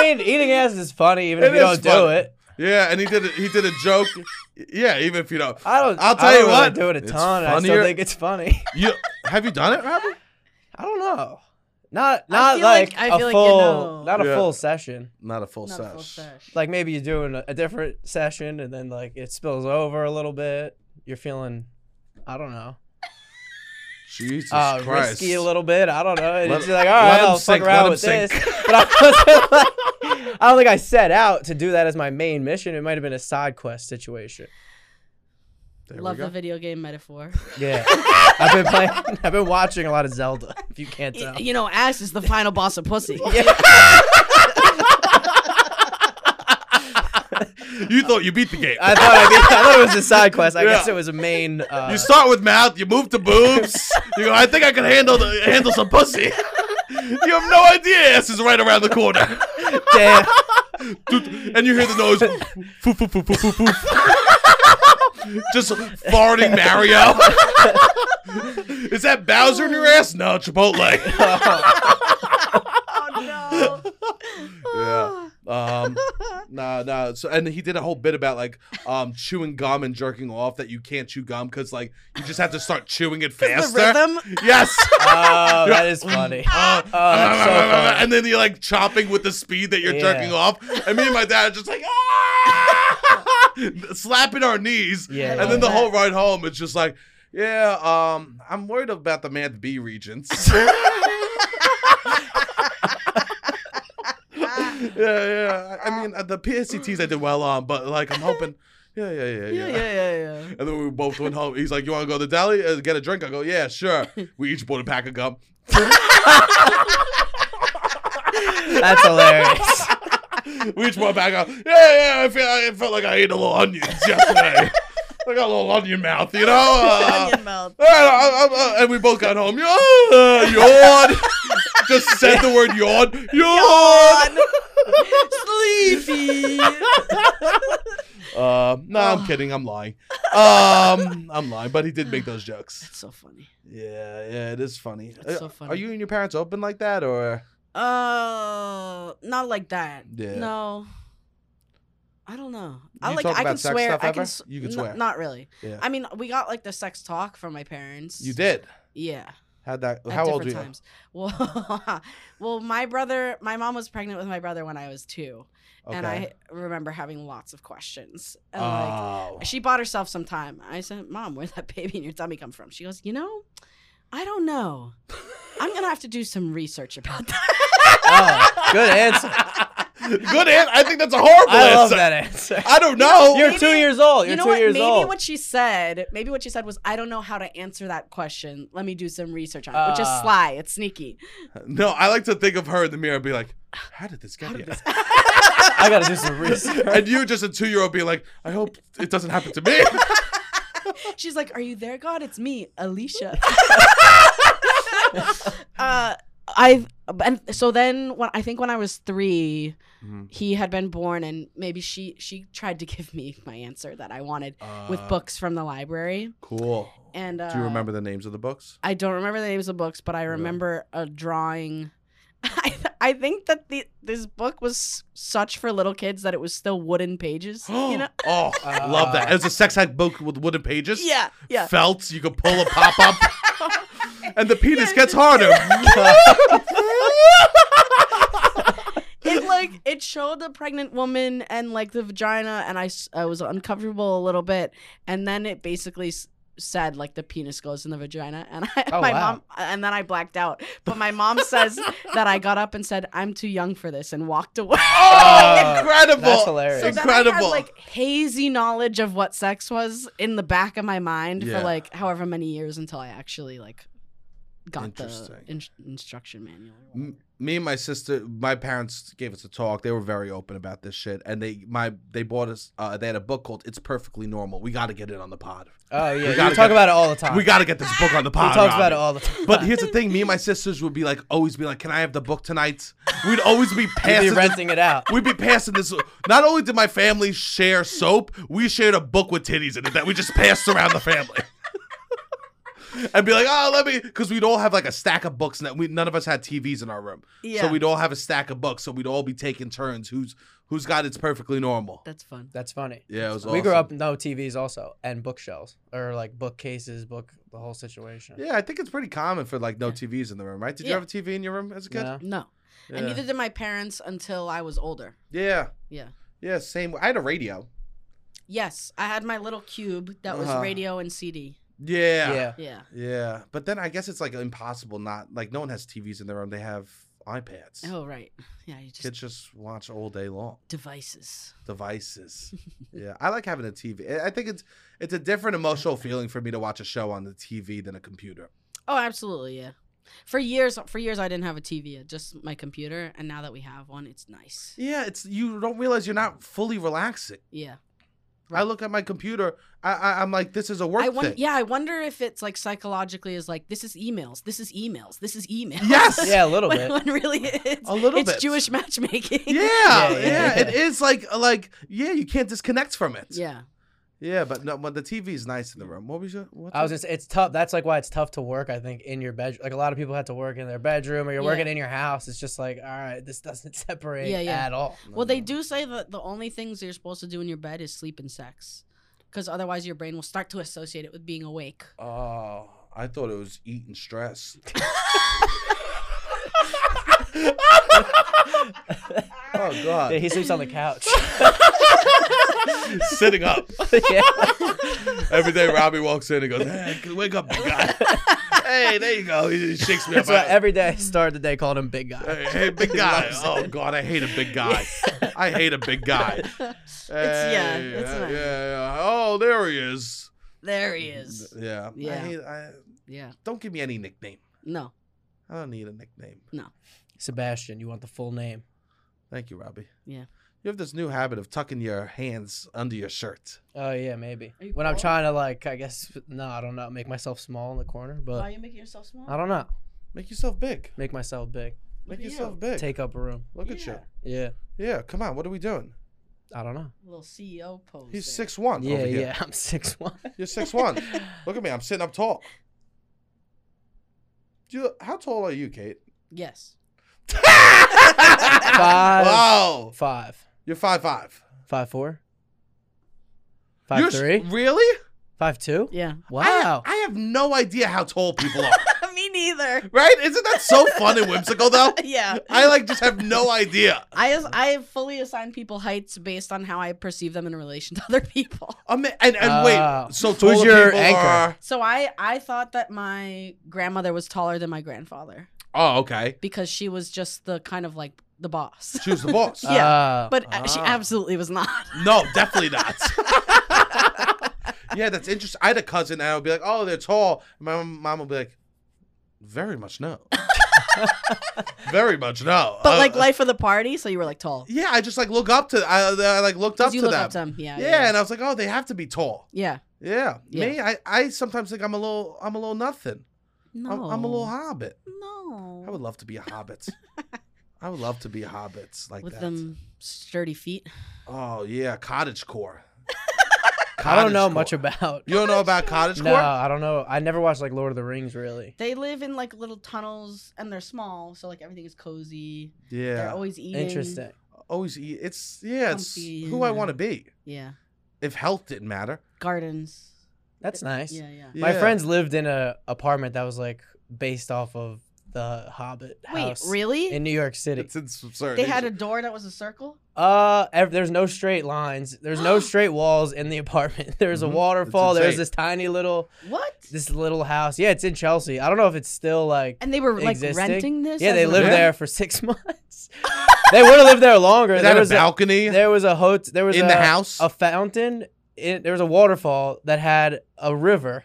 Speaker 2: I mean, eating ass is funny even
Speaker 1: It
Speaker 2: if you
Speaker 1: is
Speaker 2: don't do
Speaker 1: funny.
Speaker 2: it.
Speaker 1: yeah and he did a, he did a joke yeah even if you don't
Speaker 2: I don't.
Speaker 1: I'll
Speaker 2: I
Speaker 1: tell
Speaker 2: don't
Speaker 1: you
Speaker 2: really
Speaker 1: what,
Speaker 2: Do it a
Speaker 1: it's
Speaker 2: ton. I
Speaker 1: funnier-
Speaker 2: still think it's funny.
Speaker 1: you have you done it Robert?
Speaker 2: I don't know. Not not
Speaker 3: feel like-
Speaker 2: like,
Speaker 3: I
Speaker 2: a
Speaker 3: feel like you
Speaker 2: full
Speaker 3: know.
Speaker 2: not a
Speaker 1: Yeah.
Speaker 2: full session.
Speaker 1: not a full
Speaker 3: Not a full
Speaker 1: sesh
Speaker 3: sesh.
Speaker 2: Like maybe you're doing a, a different session and then like it spills over a little bit. You're feeling I don't know.
Speaker 1: jesus
Speaker 2: Uh,
Speaker 1: christ
Speaker 2: risky a little bit. I don't know. And
Speaker 1: Let-
Speaker 2: it's just like, all
Speaker 1: let
Speaker 2: right,
Speaker 1: him
Speaker 2: I'll fuck
Speaker 1: sink, let him
Speaker 2: around with
Speaker 1: sink.
Speaker 2: this. But I, wasn't like, I don't think I set out to do that as my main mission. It might have been a side quest situation.
Speaker 1: There we
Speaker 3: Love
Speaker 1: go.
Speaker 3: the video game metaphor.
Speaker 2: Yeah, I've been playing. I've been watching a lot of Zelda. If you can't
Speaker 3: Y-
Speaker 2: tell.
Speaker 3: you know, ass is the final boss of pussy.
Speaker 1: you thought you beat the game
Speaker 2: I thought I, did, I thought it was a side quest. I
Speaker 1: Yeah.
Speaker 2: guess it was a main. Uh,
Speaker 1: You start with mouth, you move to boobs. you go, I think I can handle the, handle some pussy. you have no idea ass is right around the corner.
Speaker 2: damn.
Speaker 1: and you hear the noise. Foof, foof, foof, foof, foof, foof. Just farting Mario. is that Bowser in your ass? No, Chipotle.
Speaker 3: oh no.
Speaker 1: yeah. Um nah, nah. So and he did a whole bit about like um chewing gum and jerking off that you can't chew gum because like you just have to start chewing it faster.
Speaker 3: rhythm?
Speaker 1: Yes.
Speaker 2: Oh, that is funny.
Speaker 1: Uh,
Speaker 2: Oh, that's so funny.
Speaker 1: and then you're like chopping with the speed that you're
Speaker 2: Yeah.
Speaker 1: jerking off. And me and my dad are just like, ah! slapping our knees.
Speaker 2: Yeah,
Speaker 1: and
Speaker 2: yeah.
Speaker 1: then the whole ride home, it's just like, yeah, um, I'm worried about the math B regents. yeah, yeah. I I mean, uh, the PSCTs I did well on, but like, I'm hoping, yeah, yeah, yeah,
Speaker 3: Yeah, yeah, yeah, yeah.
Speaker 1: and then we both went home. He's like, "You want to go to the deli and get a drink?" I go, "Yeah, sure." We each bought a pack of gum.
Speaker 2: That's hilarious.
Speaker 1: We each bought a pack of. Yeah, yeah. I feel. I felt like I ate a little onions yesterday. I got a little onion mouth, you know. Uh,
Speaker 3: Onion mouth.
Speaker 1: and, I- I- I- and we both got home. Yeah, yawn. Just said the word yawn. Yawn.
Speaker 3: Sleepy.
Speaker 1: Uh, no,
Speaker 3: Oh.
Speaker 1: I'm kidding. I'm lying. Um, I'm lying. But he did make those jokes.
Speaker 3: so funny.
Speaker 1: Yeah, yeah. It is funny.
Speaker 3: That's so
Speaker 1: Uh, Are
Speaker 3: funny.
Speaker 1: you and your parents open like that, or?
Speaker 3: Uh, not like that.
Speaker 1: Yeah.
Speaker 3: No. I don't know. I
Speaker 1: You
Speaker 3: like.
Speaker 1: talk
Speaker 3: I
Speaker 1: about
Speaker 3: can
Speaker 1: sex
Speaker 3: swear.
Speaker 1: stuff
Speaker 3: I can.
Speaker 1: ever?
Speaker 3: s-
Speaker 1: You can
Speaker 3: n-
Speaker 1: swear.
Speaker 3: Not really.
Speaker 1: Yeah.
Speaker 3: I mean, we got like the sex talk from my parents.
Speaker 1: You did.
Speaker 3: Yeah.
Speaker 1: Had that?
Speaker 3: at
Speaker 1: How old were you?
Speaker 3: different times. Well, well, my brother, my mom was pregnant with my brother when I was two, and I remember having lots of questions. And like,
Speaker 1: Oh.
Speaker 3: she bought herself some time. I said, "Mom, where'd that baby in your tummy come from?" She goes, "You know, I don't know. I'm gonna have to do some research about that."
Speaker 2: Oh, good answer.
Speaker 1: Good answer. I think that's a horrible
Speaker 2: I love
Speaker 1: answer.
Speaker 2: that answer.
Speaker 1: I don't know.
Speaker 2: You're two years old. You're
Speaker 3: you know
Speaker 2: two
Speaker 3: what?
Speaker 2: years
Speaker 3: maybe
Speaker 2: old.
Speaker 3: what she said, maybe what she said was, "I don't know how to answer that question. Let me do some research on it," which is
Speaker 2: Ah.
Speaker 3: sly. It's sneaky.
Speaker 1: no, I like to think of her in the mirror and be like, "How did this get here?"
Speaker 2: I gotta do some research.
Speaker 1: and you, just a two-year-old, being like, "I hope it doesn't happen to me."
Speaker 3: She's like, "Are you there, God? It's me, Alicia." uh, I and so then when I think when I was three,
Speaker 1: Mhm.
Speaker 3: he had been born, and maybe she she tried to give me my answer that I wanted with
Speaker 1: Uh,
Speaker 3: books from the library.
Speaker 1: Cool.
Speaker 3: And uh,
Speaker 1: Do you remember the names of the books?
Speaker 3: I don't remember the names of books, but I remember a drawing. I, I think that the this book was such for little kids that it was still wooden pages. you know?
Speaker 1: oh, I love that. It was a sex hack book with wooden pages.
Speaker 3: Yeah, yeah.
Speaker 1: Felt you could pull a pop up, and the penis gets harder.
Speaker 3: Oh, it like it showed a pregnant woman and like the vagina and I, s- I was uncomfortable a little bit and then it basically s- said like the penis goes in the vagina, and I,
Speaker 2: Oh,
Speaker 3: my
Speaker 2: wow.
Speaker 3: mom, and then I blacked out. But my mom says that I got up and said I'm too young for this and walked away.
Speaker 1: Oh, incredible!
Speaker 2: that's hilarious.
Speaker 3: So Then I had,
Speaker 1: incredible.
Speaker 3: like hazy knowledge of what sex was in the back of my mind
Speaker 1: Yeah.
Speaker 3: for like however many years until I actually like got the
Speaker 1: Interesting.
Speaker 3: in- instruction manual.
Speaker 1: M- me and my sister, my parents gave us a talk. They were very open about this shit, and they my they bought us. Uh, they had a book called "It's Perfectly Normal." We got to get it on the pod.
Speaker 2: Oh yeah, you
Speaker 1: gotta
Speaker 2: talk
Speaker 1: get-
Speaker 2: about it all the time.
Speaker 1: We got to get this book on the pod.
Speaker 2: he talks about
Speaker 1: Robbie.
Speaker 2: it all the time.
Speaker 1: But here's the thing: me and my sisters would be like, always be like, "Can I have the book tonight?" We'd always be
Speaker 2: He'd
Speaker 1: passing.
Speaker 2: be
Speaker 1: this-
Speaker 2: renting it out.
Speaker 1: We'd be passing this. Not only did my family share soap, we shared a book with titties in it that we just passed around the family. and be like, oh, let me, because we'd all have like a stack of books. And we none of us had TVs in our room,
Speaker 3: Yeah,
Speaker 1: so we'd all have a stack of books. So we'd all be taking turns. Who's who's got it's perfectly normal.
Speaker 3: that's fun.
Speaker 2: That's funny.
Speaker 1: Yeah, it was.
Speaker 2: We grew
Speaker 1: awesome.
Speaker 2: up no TVs also and bookshelves or like bookcases, book the whole situation.
Speaker 1: Yeah, I think it's pretty common for like no TVs in the room, right? Did you
Speaker 3: Yeah.
Speaker 1: have a TV in your room as a kid?
Speaker 2: No?
Speaker 3: No,
Speaker 1: Yeah.
Speaker 3: and neither did my parents until I was older.
Speaker 1: yeah.
Speaker 3: Yeah.
Speaker 1: Yeah, same. I had a radio.
Speaker 3: Yes, I had my little cube that was
Speaker 1: Uh-huh.
Speaker 3: radio and CD.
Speaker 1: Yeah.
Speaker 2: Yeah.
Speaker 3: Yeah.
Speaker 1: Yeah, but then I guess it's like impossible not like no one has TVs in their room. They have iPads.
Speaker 3: Oh right. Yeah, you just
Speaker 1: Kids just watch all day long.
Speaker 3: devices.
Speaker 1: Devices. yeah, I like having a TV. I I think it's it's a different emotional feeling for me to watch a show on the TV than a computer.
Speaker 3: Oh, absolutely. Yeah. For years, for years, I didn't have a TV, just my computer, and now that we have one, it's nice.
Speaker 1: Yeah, it's you don't realize you're not fully relaxing.
Speaker 3: Yeah.
Speaker 1: I look at my computer. I, I I'm like, this is a work
Speaker 3: I wonder.
Speaker 1: thing.
Speaker 3: Yeah, I wonder if it's like psychologically is like this is emails, this is emails, this is emails.
Speaker 1: Yes!
Speaker 2: Yeah, a little
Speaker 3: when,
Speaker 2: bit.
Speaker 3: when really it's
Speaker 1: A little
Speaker 3: it's
Speaker 1: bit.
Speaker 3: Jewish matchmaking.
Speaker 1: Yeah, yeah,
Speaker 2: Yeah, yeah,
Speaker 1: it
Speaker 2: yeah.
Speaker 1: is like like yeah, you can't disconnect from it.
Speaker 3: Yeah.
Speaker 1: yeah, but no, but the TV is nice in the room. What was your? What's
Speaker 2: I was
Speaker 1: your-
Speaker 2: just it's tough. That's like why it's tough to work, I think, in your bedroom. Like a lot of people had to work in their bedroom or you're
Speaker 3: Yeah.
Speaker 2: working in your house. It's just like, all right, this doesn't separate
Speaker 3: Yeah, yeah.
Speaker 2: at all.
Speaker 3: Well, they do say that the only things you're supposed to do in your bed is sleep and sex, because otherwise your brain will start to associate it with being awake.
Speaker 1: Oh, I thought it was eating stress. oh
Speaker 2: Yeah,
Speaker 1: God,
Speaker 2: he sleeps on the couch.
Speaker 1: sitting up
Speaker 2: yeah.
Speaker 1: every day. Robbie walks in and goes, "Hey, wake up, big guy." hey, there you go. He shakes me up.
Speaker 2: That's why every day I started the day called him big guy.
Speaker 1: Hey, hey, big guy. Oh God, I hate a big guy. I hate a big guy.
Speaker 3: yeah,
Speaker 1: Hey,
Speaker 3: it's
Speaker 1: yeah,
Speaker 3: not-
Speaker 1: yeah. Oh, there he is.
Speaker 3: There he is.
Speaker 1: Yeah. I
Speaker 3: Yeah.
Speaker 1: hate- I-
Speaker 3: Yeah.
Speaker 1: don't give me any nickname.
Speaker 3: No.
Speaker 1: I don't need a nickname.
Speaker 2: Sebastian, you want the full name.
Speaker 1: Thank you, Robbie.
Speaker 3: Yeah.
Speaker 1: You have this new habit of tucking your hands under your shirt.
Speaker 2: Oh yeah, maybe.
Speaker 3: Are you
Speaker 2: When I'm
Speaker 3: bald?
Speaker 2: trying to like, I guess no, I don't know, make myself small in the corner,
Speaker 3: Why are
Speaker 2: but
Speaker 3: you making yourself small?
Speaker 2: I don't know,
Speaker 1: Make yourself big.
Speaker 2: make myself big,
Speaker 1: Make
Speaker 3: at you.
Speaker 1: yourself big.
Speaker 2: take up a room.
Speaker 1: Look at you.
Speaker 3: Yeah.
Speaker 2: Yeah,
Speaker 1: Yeah, come on. What are we doing?
Speaker 2: I don't know.
Speaker 3: Little CEO pose.
Speaker 1: He's
Speaker 3: there.
Speaker 1: six one
Speaker 2: Yeah,
Speaker 1: over here.
Speaker 2: yeah, I'm six one.
Speaker 1: You're six one. Look at me. I'm sitting up tall. Do you, how tall are you, Kate?
Speaker 3: Yes.
Speaker 2: Five.
Speaker 1: Wow.
Speaker 2: Five,
Speaker 1: You're five five.
Speaker 2: five four,
Speaker 1: You're
Speaker 2: five
Speaker 1: s-
Speaker 2: three,
Speaker 1: Really?
Speaker 2: five two.
Speaker 3: Yeah.
Speaker 2: Wow.
Speaker 1: I have no idea how tall people are.
Speaker 3: Me neither.
Speaker 1: right? Isn't that so fun and whimsical though?
Speaker 3: Yeah.
Speaker 1: I like just have no idea.
Speaker 3: I as I fully assign people heights based on how I perceive them in relation to other people.
Speaker 1: Um, and and
Speaker 2: Oh.
Speaker 3: Uh,
Speaker 1: wait, so
Speaker 2: Who's
Speaker 1: taller
Speaker 2: your
Speaker 1: people
Speaker 2: anchor?
Speaker 1: are-
Speaker 3: So I I thought that my grandmother was taller than my grandfather
Speaker 1: Oh, okay.
Speaker 3: because she was just the kind of like the boss.
Speaker 1: Choose the boss.
Speaker 3: yeah.
Speaker 2: Oh,
Speaker 3: But a- she
Speaker 1: Ah.
Speaker 3: absolutely was not.
Speaker 1: no, definitely not. yeah, that's interesting. I had a cousin, and I would be like, "Oh, they're tall." And my mom, mom would be like, "Very much no." Very much no.
Speaker 3: But
Speaker 1: Uh,
Speaker 3: like life of the party, so you were like tall.
Speaker 1: yeah, I just like look up to. I, I like looked up
Speaker 3: 'Cause you
Speaker 1: to
Speaker 3: look
Speaker 1: them.
Speaker 3: up to them. Yeah.
Speaker 1: yeah, and I was like, "Oh, they have to be tall."
Speaker 3: Yeah.
Speaker 1: Yeah,
Speaker 3: Yeah.
Speaker 1: me, I, I sometimes think I'm a little, I'm a little nothing.
Speaker 3: No.
Speaker 1: I'm, I'm a little hobbit.
Speaker 3: No.
Speaker 1: I would love to be a hobbit. I would love to be a hobbit like
Speaker 3: With
Speaker 1: that.
Speaker 3: them sturdy feet.
Speaker 1: Oh yeah, cottage core.
Speaker 2: I don't know
Speaker 1: Cottagecore.
Speaker 2: much about.
Speaker 1: You don't know about cottage
Speaker 2: No,
Speaker 1: core?
Speaker 2: I don't know. I never watched like Lord of the Rings really.
Speaker 3: They live in like little tunnels and they're small, so like everything is cozy. They're
Speaker 1: Yeah.
Speaker 3: always eating.
Speaker 2: Interesting.
Speaker 1: Always eat. It's yeah. It's
Speaker 3: Comfy,
Speaker 1: who I
Speaker 3: yeah.
Speaker 1: want to be.
Speaker 3: Yeah.
Speaker 1: If health didn't matter.
Speaker 3: Gardens.
Speaker 2: That's nice.
Speaker 3: Yeah, yeah.
Speaker 2: My
Speaker 1: Yeah.
Speaker 2: friends lived in a apartment that was like based off of the Hobbit
Speaker 3: Wait,
Speaker 2: house
Speaker 3: really?
Speaker 2: in New York City.
Speaker 1: It's absurd.
Speaker 3: they had a door that was a circle.
Speaker 2: Uh, ev- there's no straight lines. There's no straight walls in the apartment. There's
Speaker 1: Mhm.
Speaker 2: a waterfall. There's
Speaker 1: insane.
Speaker 2: this tiny little,
Speaker 3: What?
Speaker 2: this little house. Yeah, it's in Chelsea. I don't know if it's still like.
Speaker 3: And they were like
Speaker 2: Existing?
Speaker 3: renting this.
Speaker 2: yeah,
Speaker 3: as
Speaker 2: they
Speaker 3: an
Speaker 2: lived
Speaker 3: apartment?
Speaker 2: there for six months. they would have lived there longer.
Speaker 1: They
Speaker 2: there
Speaker 1: had a
Speaker 2: was
Speaker 1: balcony
Speaker 2: there was a hotel. There was
Speaker 1: in
Speaker 2: a,
Speaker 1: the house.
Speaker 2: a fountain. It, there was a waterfall that had a river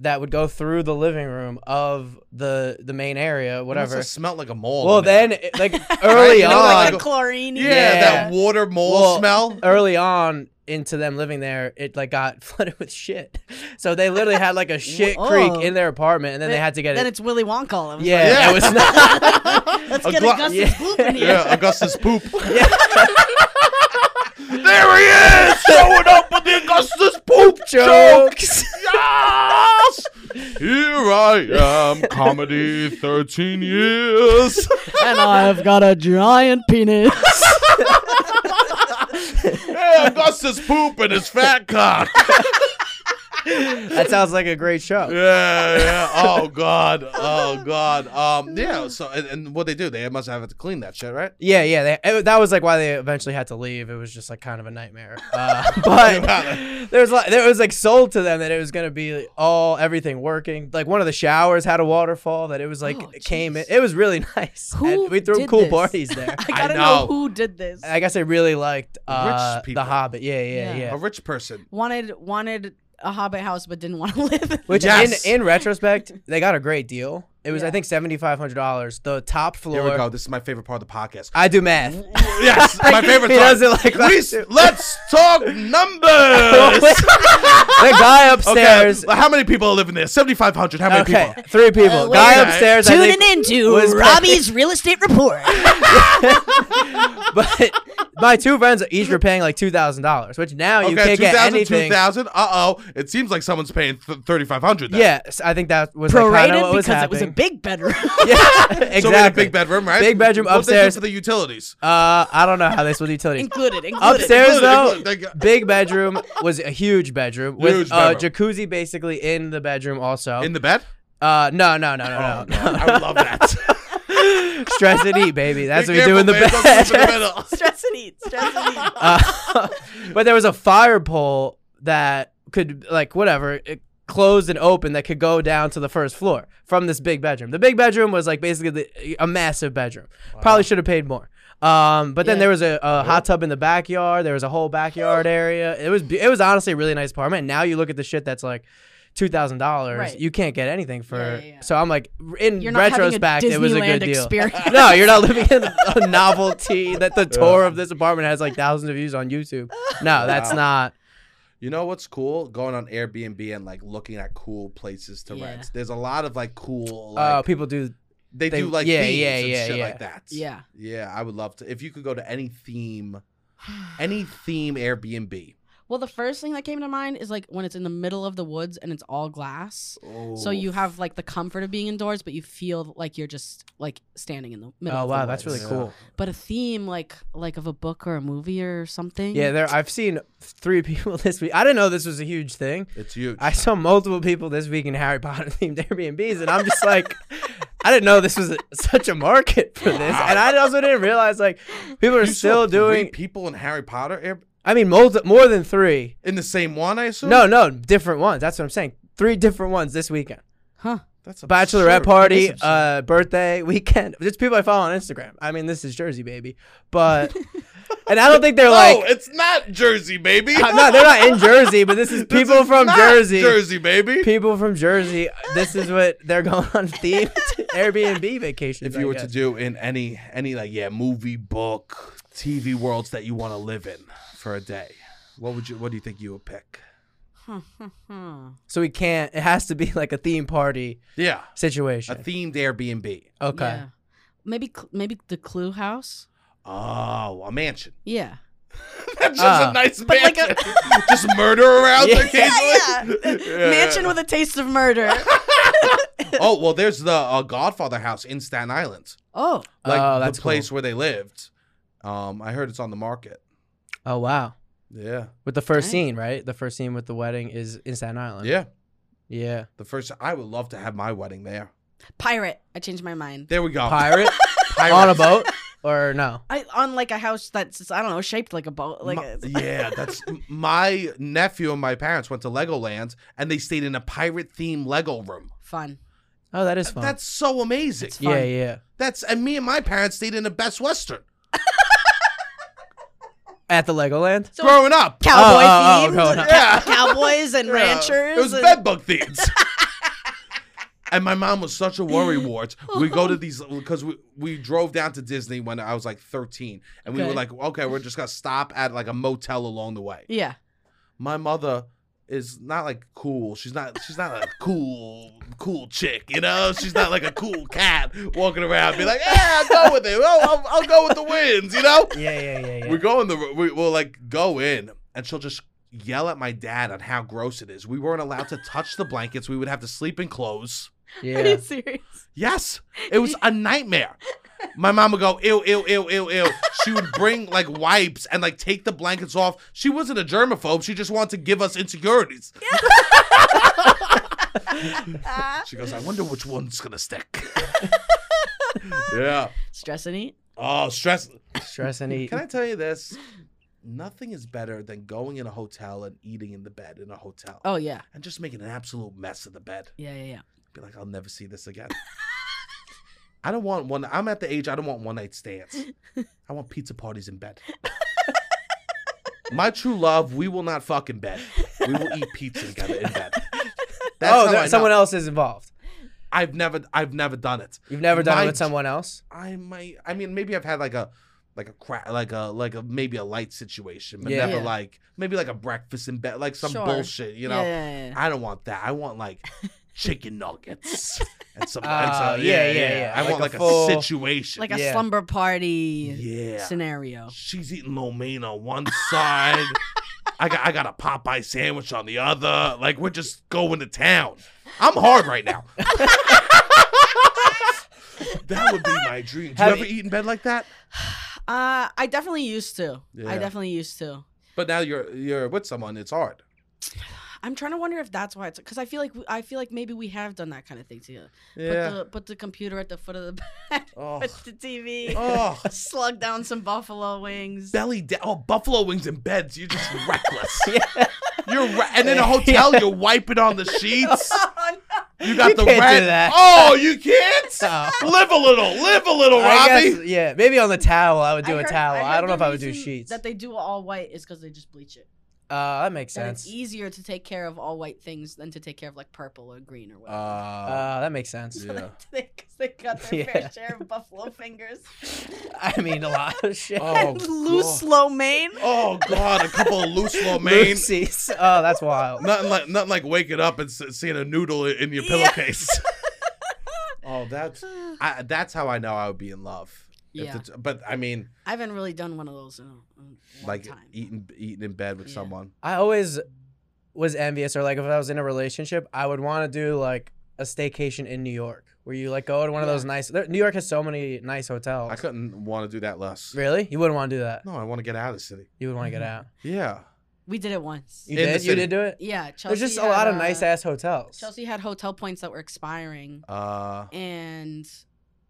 Speaker 2: that would go through the living room of the the main area,
Speaker 1: It must
Speaker 2: whatever.
Speaker 1: have smelled like a mole.
Speaker 2: Well,
Speaker 1: in there.
Speaker 2: then, it- like early
Speaker 1: You
Speaker 2: on,
Speaker 1: know,
Speaker 3: like
Speaker 1: Oh.
Speaker 3: the chlorine.
Speaker 1: yeah,
Speaker 2: Yeah.
Speaker 1: that water mole
Speaker 2: Well,
Speaker 1: smell.
Speaker 2: early on into them living there, it like got flooded with shit. So they literally had like a shit
Speaker 3: Whoa.
Speaker 2: creek in their apartment, and then they
Speaker 3: Then-
Speaker 2: had to get
Speaker 3: Then
Speaker 2: it.
Speaker 3: it's Willy Wonka. all of a
Speaker 2: Yeah,
Speaker 1: Yeah.
Speaker 2: it was not.
Speaker 3: sudden. Let's
Speaker 1: A
Speaker 3: get
Speaker 1: gla-
Speaker 3: Augustus
Speaker 2: Yeah.
Speaker 3: Gloop in here.
Speaker 1: Yeah, Augustus poop.
Speaker 2: yeah,
Speaker 1: there he is, showing up with the Augustus poop joke.
Speaker 2: jokes.
Speaker 1: Yes! Here I am, comedy 13 years.
Speaker 3: and I've got a giant penis.
Speaker 1: Hey, Augustus poop and his fat cock.
Speaker 2: that sounds like a great show.
Speaker 1: Yeah, yeah. Oh god. Oh god. Um. Yeah. So, and, and what they do? They must have to clean that shit, right?
Speaker 2: Yeah, yeah. They, it- that was like why they eventually had to leave. It was just like kind of a nightmare. Uh, but there was like there was like sold to them that it was gonna be all everything working. Like one of the showers had a waterfall that it was like
Speaker 3: Oh,
Speaker 2: it came in.
Speaker 3: jeez.
Speaker 2: It was really nice. And
Speaker 3: Who
Speaker 2: we threw
Speaker 3: did
Speaker 2: cool
Speaker 3: this?
Speaker 2: parties there.
Speaker 3: I gotta
Speaker 1: I
Speaker 3: know.
Speaker 1: know.
Speaker 3: who did this.
Speaker 2: I guess I really liked uh,
Speaker 1: people.
Speaker 2: the Hobbit. Yeah, yeah,
Speaker 3: Yeah.
Speaker 2: yeah.
Speaker 1: A rich person.
Speaker 3: wanted wanted a hobbit house, but didn't want to live. in
Speaker 2: Which
Speaker 3: it.
Speaker 1: Yes.
Speaker 2: in in retrospect, they got a great deal. It was
Speaker 3: Yeah.
Speaker 2: I think seventy five hundred dollars. The top floor.
Speaker 1: Here we go. This is my favorite part of the podcast.
Speaker 2: I do math.
Speaker 1: yes, my favorite
Speaker 2: He
Speaker 1: part.
Speaker 2: doesn't like that
Speaker 1: We-
Speaker 2: too.
Speaker 1: let's talk numbers.
Speaker 2: the guy
Speaker 1: Okay.
Speaker 2: upstairs.
Speaker 1: How many people live in there? Seventy five hundred. How many
Speaker 2: Okay,
Speaker 1: people?
Speaker 2: three people.
Speaker 3: Uh,
Speaker 2: Guy
Speaker 1: wait.
Speaker 2: upstairs. I
Speaker 3: Tuning
Speaker 2: think,
Speaker 3: into
Speaker 2: was-
Speaker 3: Robbie's real estate report.
Speaker 2: But my two friends each were paying like two thousand dollars, which now you
Speaker 1: okay,
Speaker 2: can't get
Speaker 1: 2,000,
Speaker 2: anything.
Speaker 1: 2,000. Uh oh. It seems like someone's paying th- thirty five hundred.
Speaker 2: Yes, I think that was like, kinda
Speaker 3: Prorated
Speaker 2: what was
Speaker 3: because it was a
Speaker 2: happening.
Speaker 3: big bedroom.
Speaker 2: yeah, exactly.
Speaker 1: So we had a big bedroom, right?
Speaker 2: Big bedroom
Speaker 1: What'd they do
Speaker 2: upstairs.
Speaker 1: for the utilities.
Speaker 2: Uh, I don't know how this was utilities.
Speaker 3: included, included.
Speaker 2: Upstairs
Speaker 1: Included,
Speaker 2: though,
Speaker 1: included, they got-
Speaker 2: big bedroom was a huge bedroom with
Speaker 1: Huge
Speaker 2: uh,
Speaker 1: bedroom.
Speaker 2: jacuzzi basically in the bedroom also.
Speaker 1: In the bed?
Speaker 2: uh, no, no, no,
Speaker 1: Oh,
Speaker 2: no, no.
Speaker 1: God, I would love that.
Speaker 2: Stress and eat, baby. That's
Speaker 1: Oh. Be
Speaker 2: what we do in the
Speaker 1: careful, man, don't sleep in
Speaker 2: bed.
Speaker 1: the middle.
Speaker 3: Stress and eat. Stress and eat.
Speaker 2: Uh, but there was a fire pole that could like whatever it closed and open that could go down to the first floor from this big bedroom. The big bedroom was like basically the, a massive bedroom. Probably should have paid more. Um, but then
Speaker 3: Yeah.
Speaker 2: there was a, a hot tub in the backyard. There was a whole backyard area. It was be- it was honestly a really nice apartment. And now you look at the shit that's like two thousand dollars.
Speaker 3: Right.
Speaker 2: You can't get anything for.
Speaker 3: Yeah, yeah, yeah.
Speaker 2: So I'm like, in
Speaker 3: You're not having a
Speaker 2: retrospect, it was a good
Speaker 3: Disneyland
Speaker 2: deal.
Speaker 3: experience.
Speaker 2: no, you're not living in a novelty that the tour of this apartment has like thousands of views on YouTube. No, that's
Speaker 1: Wow.
Speaker 2: not.
Speaker 1: You know what's cool? Going on Airbnb and like looking at cool places to
Speaker 3: Yeah.
Speaker 1: rent. There's a lot of like cool.
Speaker 2: Oh,
Speaker 1: Like,
Speaker 2: people do.
Speaker 1: they,
Speaker 2: they-
Speaker 1: do like
Speaker 2: yeah,
Speaker 1: themes
Speaker 2: yeah,
Speaker 1: and
Speaker 2: yeah,
Speaker 1: shit
Speaker 2: yeah.
Speaker 1: like that.
Speaker 3: Yeah.
Speaker 1: yeah. I would love to. If you could go to any theme, any theme Airbnb.
Speaker 3: Well, the first thing that came to mind is like when it's in the middle of the woods and it's all glass.
Speaker 1: Ooh.
Speaker 3: So you have like the comfort of being indoors, but you feel like you're just like standing in the middle.
Speaker 2: Oh
Speaker 3: of the
Speaker 2: wow, that's
Speaker 3: woods.
Speaker 2: really cool.
Speaker 3: But a theme like like of a book or a movie or something.
Speaker 2: Yeah, there. I've seen three people this week. I didn't know this was a huge thing.
Speaker 1: It's huge.
Speaker 2: I saw multiple people this week in Harry Potter themed Airbnbs, and I'm just like, I didn't know this was a, such a market for this, and I also didn't realize like people are
Speaker 1: You saw
Speaker 2: still
Speaker 1: three
Speaker 2: doing.
Speaker 1: people in Harry Potter Air-
Speaker 2: I mean, multi- more than three.
Speaker 1: in the same one. I assume.
Speaker 2: No, no, different ones. That's what I'm saying. Three different ones this weekend.
Speaker 3: Huh.
Speaker 1: that's a
Speaker 2: bachelorette party, uh, birthday weekend. Just people I follow on Instagram. I mean, this is Jersey, baby. But and I don't think they're
Speaker 1: no,
Speaker 2: like
Speaker 1: Oh, it's not Jersey, baby.
Speaker 2: uh, no, they're not in Jersey, but this is
Speaker 1: This
Speaker 2: people
Speaker 1: is
Speaker 2: from
Speaker 1: not
Speaker 2: Jersey.
Speaker 1: Jersey, baby.
Speaker 2: People from Jersey. This is what they're going on themed Airbnb vacations.
Speaker 1: if you
Speaker 2: I
Speaker 1: were to
Speaker 2: guess.
Speaker 1: do in any any like yeah movie book tv worlds that you want to live in for a day what would you what do you think you would pick
Speaker 2: so we can't. It has to be like a theme party
Speaker 1: yeah a
Speaker 2: situation.
Speaker 1: themed airbnb
Speaker 2: okay.
Speaker 3: Yeah. Maybe cl- maybe the Clue House.
Speaker 1: oh a mansion
Speaker 3: Yeah.
Speaker 1: that's just a
Speaker 2: Ah.
Speaker 1: nice
Speaker 3: But like
Speaker 1: mansion just murder around
Speaker 2: Yeah.
Speaker 1: occasionally Oh, Yeah.
Speaker 3: a taste of murder.
Speaker 1: oh well there's the uh, godfather house in staten island
Speaker 3: oh.
Speaker 1: like
Speaker 2: Oh,
Speaker 1: the
Speaker 2: that's
Speaker 1: place where they lived um i heard it's on the market
Speaker 2: Oh wow.
Speaker 1: yeah
Speaker 2: With the first
Speaker 3: Dang.
Speaker 2: scene, right? The first scene with the wedding is in Staten Island.
Speaker 1: yeah
Speaker 2: Yeah.
Speaker 1: the first i would love to have my wedding there
Speaker 3: Pirate. I changed my mind.
Speaker 1: There we go.
Speaker 2: Pirate?
Speaker 1: Oh. Pirate.
Speaker 2: On a boat? Or no?
Speaker 3: I on like a house that's I don't know shaped like a boat. Like
Speaker 1: My-
Speaker 3: it's-
Speaker 1: yeah, that's my nephew and my parents went to Legoland and they stayed in a pirate themed Lego room.
Speaker 3: fun.
Speaker 2: Oh, that is fun.
Speaker 1: That's so amazing.
Speaker 3: It's fun.
Speaker 2: yeah, yeah.
Speaker 1: That's and me and my parents stayed in the Best Western
Speaker 2: At the Legoland?
Speaker 3: So
Speaker 1: growing up.
Speaker 2: Oh,
Speaker 3: cowboy
Speaker 2: oh, oh,
Speaker 3: themed.
Speaker 2: going up.
Speaker 1: Yeah.
Speaker 3: Cowboys and
Speaker 1: Yeah.
Speaker 3: ranchers.
Speaker 1: It was
Speaker 3: and-
Speaker 1: bedbug themes. and my mom was such a worry wart. We go to these because we, we drove down to Disney when I was like 13, and we were
Speaker 3: Okay.
Speaker 1: like, okay, we're just gonna stop at like a motel along the way.
Speaker 3: Yeah.
Speaker 1: my mother is not like cool. She's not she's not a cool cool chick, you know? She's not like a cool cat walking around be like, "Yeah, I'll go with it. Oh, I'll, I'll go with the winds," you know?
Speaker 2: Yeah, yeah, yeah, yeah.
Speaker 1: We go in the we, we'll like go in and she'll just yell at my dad on how gross it is. We weren't allowed to touch the blankets. We would have to sleep in clothes.
Speaker 3: Are
Speaker 2: yeah.
Speaker 3: you serious?
Speaker 1: Yes, it was a nightmare. My mom would go, ew, ew, ew, ew, ew. She would bring like wipes and like take the blankets off. She wasn't a germaphobe. She just wanted to give us insecurities. she goes, I wonder which one's going to stick. yeah.
Speaker 3: Stress and eat.
Speaker 1: Oh, stress.
Speaker 2: Stress and eat.
Speaker 1: Can I tell you this? Nothing is better than going in a hotel and eating in the bed in a hotel
Speaker 3: Oh yeah.
Speaker 1: and just making an absolute mess of the bed.
Speaker 3: Yeah yeah yeah.
Speaker 1: Be like, I'll never see this again. I don't want one. I'm at the age I don't want one night stands. I want pizza parties in bed. My true love, we will not fuck in bed. We will eat pizza together in bed. That's
Speaker 2: oh,
Speaker 1: how
Speaker 2: there,
Speaker 1: I
Speaker 2: someone
Speaker 1: know.
Speaker 2: else is involved.
Speaker 1: I've never, I've never done it.
Speaker 2: You've never done
Speaker 1: My-
Speaker 2: it with someone else?
Speaker 1: I might. I mean, maybe I've had like a, like a cra- like a like a maybe a light situation, but
Speaker 2: Yeah.
Speaker 1: never
Speaker 3: Yeah.
Speaker 1: like maybe like a breakfast in bed, like some
Speaker 3: Sure.
Speaker 1: bullshit. You know,
Speaker 3: Yeah, yeah, yeah, yeah.
Speaker 1: I don't want that. I want like chicken nuggets and some. and
Speaker 2: Ah,
Speaker 1: some-
Speaker 2: yeah, yeah, yeah.
Speaker 1: I
Speaker 2: Like
Speaker 1: want
Speaker 2: a
Speaker 1: like a,
Speaker 2: full-
Speaker 1: situation.
Speaker 3: Like a
Speaker 2: Yeah.
Speaker 3: slumber party
Speaker 1: yeah.
Speaker 3: scenario.
Speaker 1: She's eating lo mein on one side. I got I got a Popeye sandwich on the other. Like we're just going to town. I'm hard right now. that would be my dream. Do you
Speaker 2: Have
Speaker 1: ever
Speaker 2: you-
Speaker 1: eat in bed like that?
Speaker 3: Uh, I definitely used to.
Speaker 1: Yeah.
Speaker 3: I definitely used to.
Speaker 1: But now you're you're with someone. It's hard.
Speaker 3: I'm trying to wonder if that's why it's because I feel like we- I feel like maybe we have done that kind of thing together.
Speaker 1: Yeah.
Speaker 3: Put the put the computer at the foot of the bed,
Speaker 1: oh.
Speaker 3: watch the TV,
Speaker 1: oh.
Speaker 3: slug down some buffalo wings.
Speaker 1: Belly down. Oh, buffalo wings and beds. You're just reckless. You're re- and in a hotel, you're wiping on the sheets.
Speaker 3: Oh, no.
Speaker 1: You got
Speaker 2: You
Speaker 1: the
Speaker 2: can't do
Speaker 1: red.
Speaker 2: that.
Speaker 1: Oh, you can't.
Speaker 2: No.
Speaker 1: Live a little. Live a little,
Speaker 2: I
Speaker 1: Oh, Robbie.
Speaker 2: guess- yeah, maybe on the towel. I would do
Speaker 3: I
Speaker 2: a
Speaker 3: heard-
Speaker 2: towel. I,
Speaker 3: heard
Speaker 2: don't know if
Speaker 3: the
Speaker 2: I would do
Speaker 3: reason
Speaker 2: sheets.
Speaker 3: That they do all white is because they just bleach it.
Speaker 2: uh, that makes
Speaker 3: That it's
Speaker 2: sense.
Speaker 3: easier to take care of all white things than to take care of like purple or green or
Speaker 1: Uh,
Speaker 3: whatever.
Speaker 2: Uh, that makes sense.
Speaker 1: yeah.
Speaker 3: Because they got their
Speaker 2: Yeah.
Speaker 3: fair share of buffalo fingers
Speaker 2: I mean, a lot of shit.
Speaker 1: Oh,
Speaker 3: and loose
Speaker 1: God.
Speaker 3: lo mein.
Speaker 1: Oh God, a couple of loose lo mein.
Speaker 2: Lucy's. Oh, that's wild.
Speaker 1: Nothing like nothing like waking up and s- seeing a noodle i- in your
Speaker 3: Yeah.
Speaker 1: pillowcase. oh, that's I, that's how I know I would be in love. If
Speaker 3: Yeah.
Speaker 1: the t- but I mean,
Speaker 3: I haven't really done one of those in a, a long
Speaker 1: like
Speaker 3: time.
Speaker 1: eating eating in bed with
Speaker 3: Yeah.
Speaker 1: someone.
Speaker 2: I always was envious, or like if I was in a relationship, I would want to do like a staycation in New York, where you like go to one of
Speaker 3: Yeah.
Speaker 2: those nice. there- New York has so many nice hotels.
Speaker 1: I couldn't want to do that less.
Speaker 2: Really, you wouldn't want to do that.
Speaker 1: No, I want to get out of the city.
Speaker 2: You would want to get
Speaker 1: Mm-hmm.
Speaker 2: out.
Speaker 1: Yeah.
Speaker 3: we did it once.
Speaker 2: You
Speaker 1: In the
Speaker 2: did. You
Speaker 1: city.
Speaker 2: did do it.
Speaker 3: Yeah, Chelsea
Speaker 2: There's just a
Speaker 3: had,
Speaker 2: lot of
Speaker 3: uh,
Speaker 2: nice ass hotels.
Speaker 3: Chelsea had hotel points that were expiring,
Speaker 1: Uh.
Speaker 3: and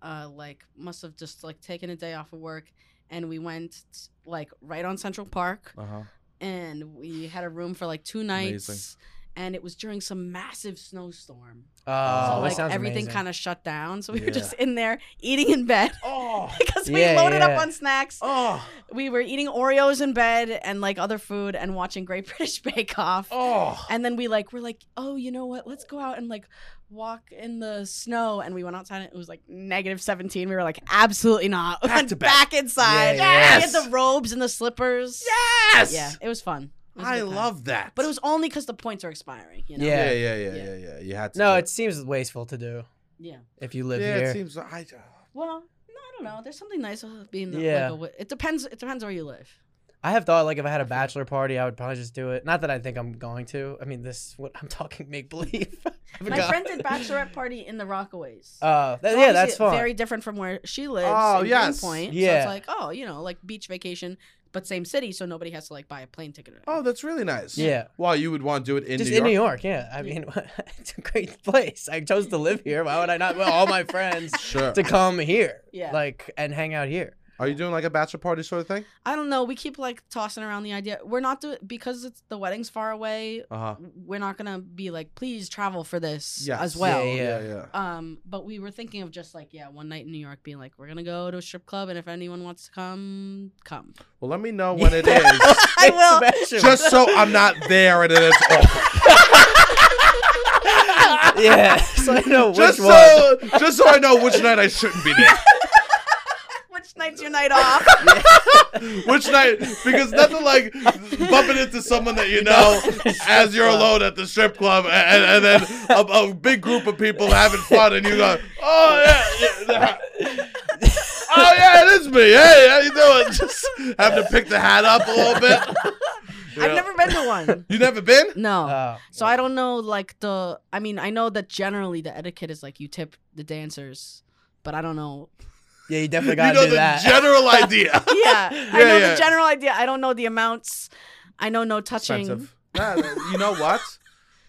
Speaker 3: uh, like must have just like taken a day off of work, and we went like right on Central Park,
Speaker 1: Uh huh.
Speaker 3: and we had a room for like two nights,
Speaker 1: Amazing.
Speaker 3: and it was during some massive snowstorm,
Speaker 2: Oh,
Speaker 3: so
Speaker 2: that
Speaker 3: like
Speaker 2: sounds
Speaker 3: everything
Speaker 2: amazing.
Speaker 3: kind of shut down. So we
Speaker 1: Yeah.
Speaker 3: were just in there eating in bed
Speaker 1: Oh.
Speaker 3: because we
Speaker 2: Yeah,
Speaker 3: loaded
Speaker 2: yeah.
Speaker 3: up on snacks.
Speaker 1: Oh.
Speaker 3: We were eating Oreos in bed and like other food and watching Great British Bake Off.
Speaker 1: Oh.
Speaker 3: And then we like were like, oh, you know what? Let's go out and like walk in the snow. And we went outside and it was like negative 17. We were like, absolutely not. We
Speaker 1: Back
Speaker 3: went
Speaker 1: to back.
Speaker 3: back inside.
Speaker 2: Yeah,
Speaker 3: We had the robes and the slippers.
Speaker 1: Yes.
Speaker 3: Yeah, it was fun. It was a
Speaker 1: I
Speaker 3: good time.
Speaker 1: love that.
Speaker 3: But it was only because the points are expiring, you know?
Speaker 2: Yeah.
Speaker 1: Yeah, yeah, yeah, yeah,
Speaker 3: Yeah.
Speaker 1: yeah. You had to.
Speaker 2: No,
Speaker 1: do
Speaker 2: it seems wasteful to do
Speaker 3: Yeah.
Speaker 2: if you
Speaker 1: it.
Speaker 2: live
Speaker 1: yeah.
Speaker 2: here.
Speaker 1: It seems I. uh,
Speaker 3: Well, no, I don't know. There's something nice about being the,
Speaker 2: Yeah.
Speaker 3: like a wi- it depends it depends where you live.
Speaker 2: I have thought like if I had a bachelor party, I would probably just do it. Not that I think I'm going to. I mean, this what I'm talking make believe.
Speaker 3: My friend did bachelorette party in the Rockaways.
Speaker 2: Uh,
Speaker 3: So
Speaker 2: that, yeah,
Speaker 3: obviously
Speaker 2: that's
Speaker 3: it's
Speaker 2: fun.
Speaker 3: Very different from where she lives.
Speaker 1: Oh,
Speaker 3: in
Speaker 1: yes.
Speaker 3: Point. So
Speaker 2: Yeah.
Speaker 3: it's like, oh, you know, like beach vacation. but same city, so nobody has to like buy a plane ticket. Or
Speaker 1: Oh, that's really nice.
Speaker 2: Yeah.
Speaker 1: Wow, you would want to do it in
Speaker 2: Just
Speaker 1: New York.
Speaker 2: in New York, yeah. I mean, it's a great place. I chose to live here. Why would I not? Well, all my friends
Speaker 1: Sure.
Speaker 2: to come here,
Speaker 3: Yeah.
Speaker 2: like and hang out here.
Speaker 1: Are you doing like a bachelor party sort of thing?
Speaker 3: I don't know. We keep like tossing around the idea. We're not doing because it's the wedding's far away.
Speaker 1: Uh huh.
Speaker 3: We're not gonna be like, please travel for this
Speaker 1: Yes.
Speaker 3: as well.
Speaker 2: Yeah,
Speaker 1: Yeah, yeah.
Speaker 3: Um, but we were thinking of just like yeah, one night in New York, being like, we're gonna go to a strip club, and if anyone wants to come, come.
Speaker 1: Well, let me know when it is,
Speaker 3: I will.
Speaker 2: Sebastian.
Speaker 1: just so I'm not there and then it's awful.
Speaker 2: yeah, so I know which
Speaker 1: Just
Speaker 2: one.
Speaker 1: so, just so I know which night I shouldn't be there.
Speaker 3: Which night's your night off?
Speaker 1: Which night, because nothing like bumping into someone that you know as you're alone at the strip club, a- and, and then a, a big group of people having fun, and you go, oh yeah, yeah, yeah. oh yeah, it is me. Hey, how you doing? Just having to pick the hat up a little bit. Yeah. Uh,
Speaker 3: I've never been to one.
Speaker 1: You never been?
Speaker 3: No.
Speaker 2: Oh.
Speaker 3: So I don't know, like the. I mean, I know that generally the etiquette is like you tip the dancers, but I don't know.
Speaker 2: yeah, you definitely
Speaker 1: you
Speaker 2: gotta
Speaker 1: know
Speaker 2: do
Speaker 1: the
Speaker 2: that.
Speaker 1: general idea.
Speaker 3: Yeah, I
Speaker 1: Yeah,
Speaker 3: know
Speaker 1: yeah.
Speaker 3: the general idea. I don't know the amounts. I know no touching.
Speaker 1: Nah, nah, you know what?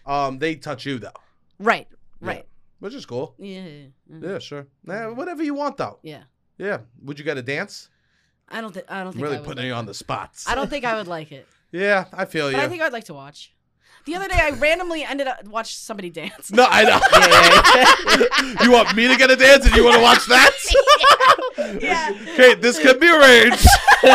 Speaker 1: Um, they touch you though,
Speaker 3: Right, right.
Speaker 1: which is cool.
Speaker 3: Yeah. Yeah.
Speaker 1: Yeah, sure. Nah, whatever you want though.
Speaker 3: Yeah.
Speaker 1: Yeah. Would you get a dance?
Speaker 3: I don't think. I don't
Speaker 1: I'm
Speaker 3: think.
Speaker 1: really
Speaker 3: I would
Speaker 1: putting
Speaker 3: like
Speaker 1: you on
Speaker 3: it.
Speaker 1: the spots.
Speaker 3: I don't think I would like it,
Speaker 1: Yeah, I feel
Speaker 3: but
Speaker 1: you.
Speaker 3: I think I'd like to watch. The other day, I randomly ended up watched somebody dance.
Speaker 1: no, I know. you want me to get a dance and you want to watch that?
Speaker 3: yeah.
Speaker 1: Okay, this could be arranged.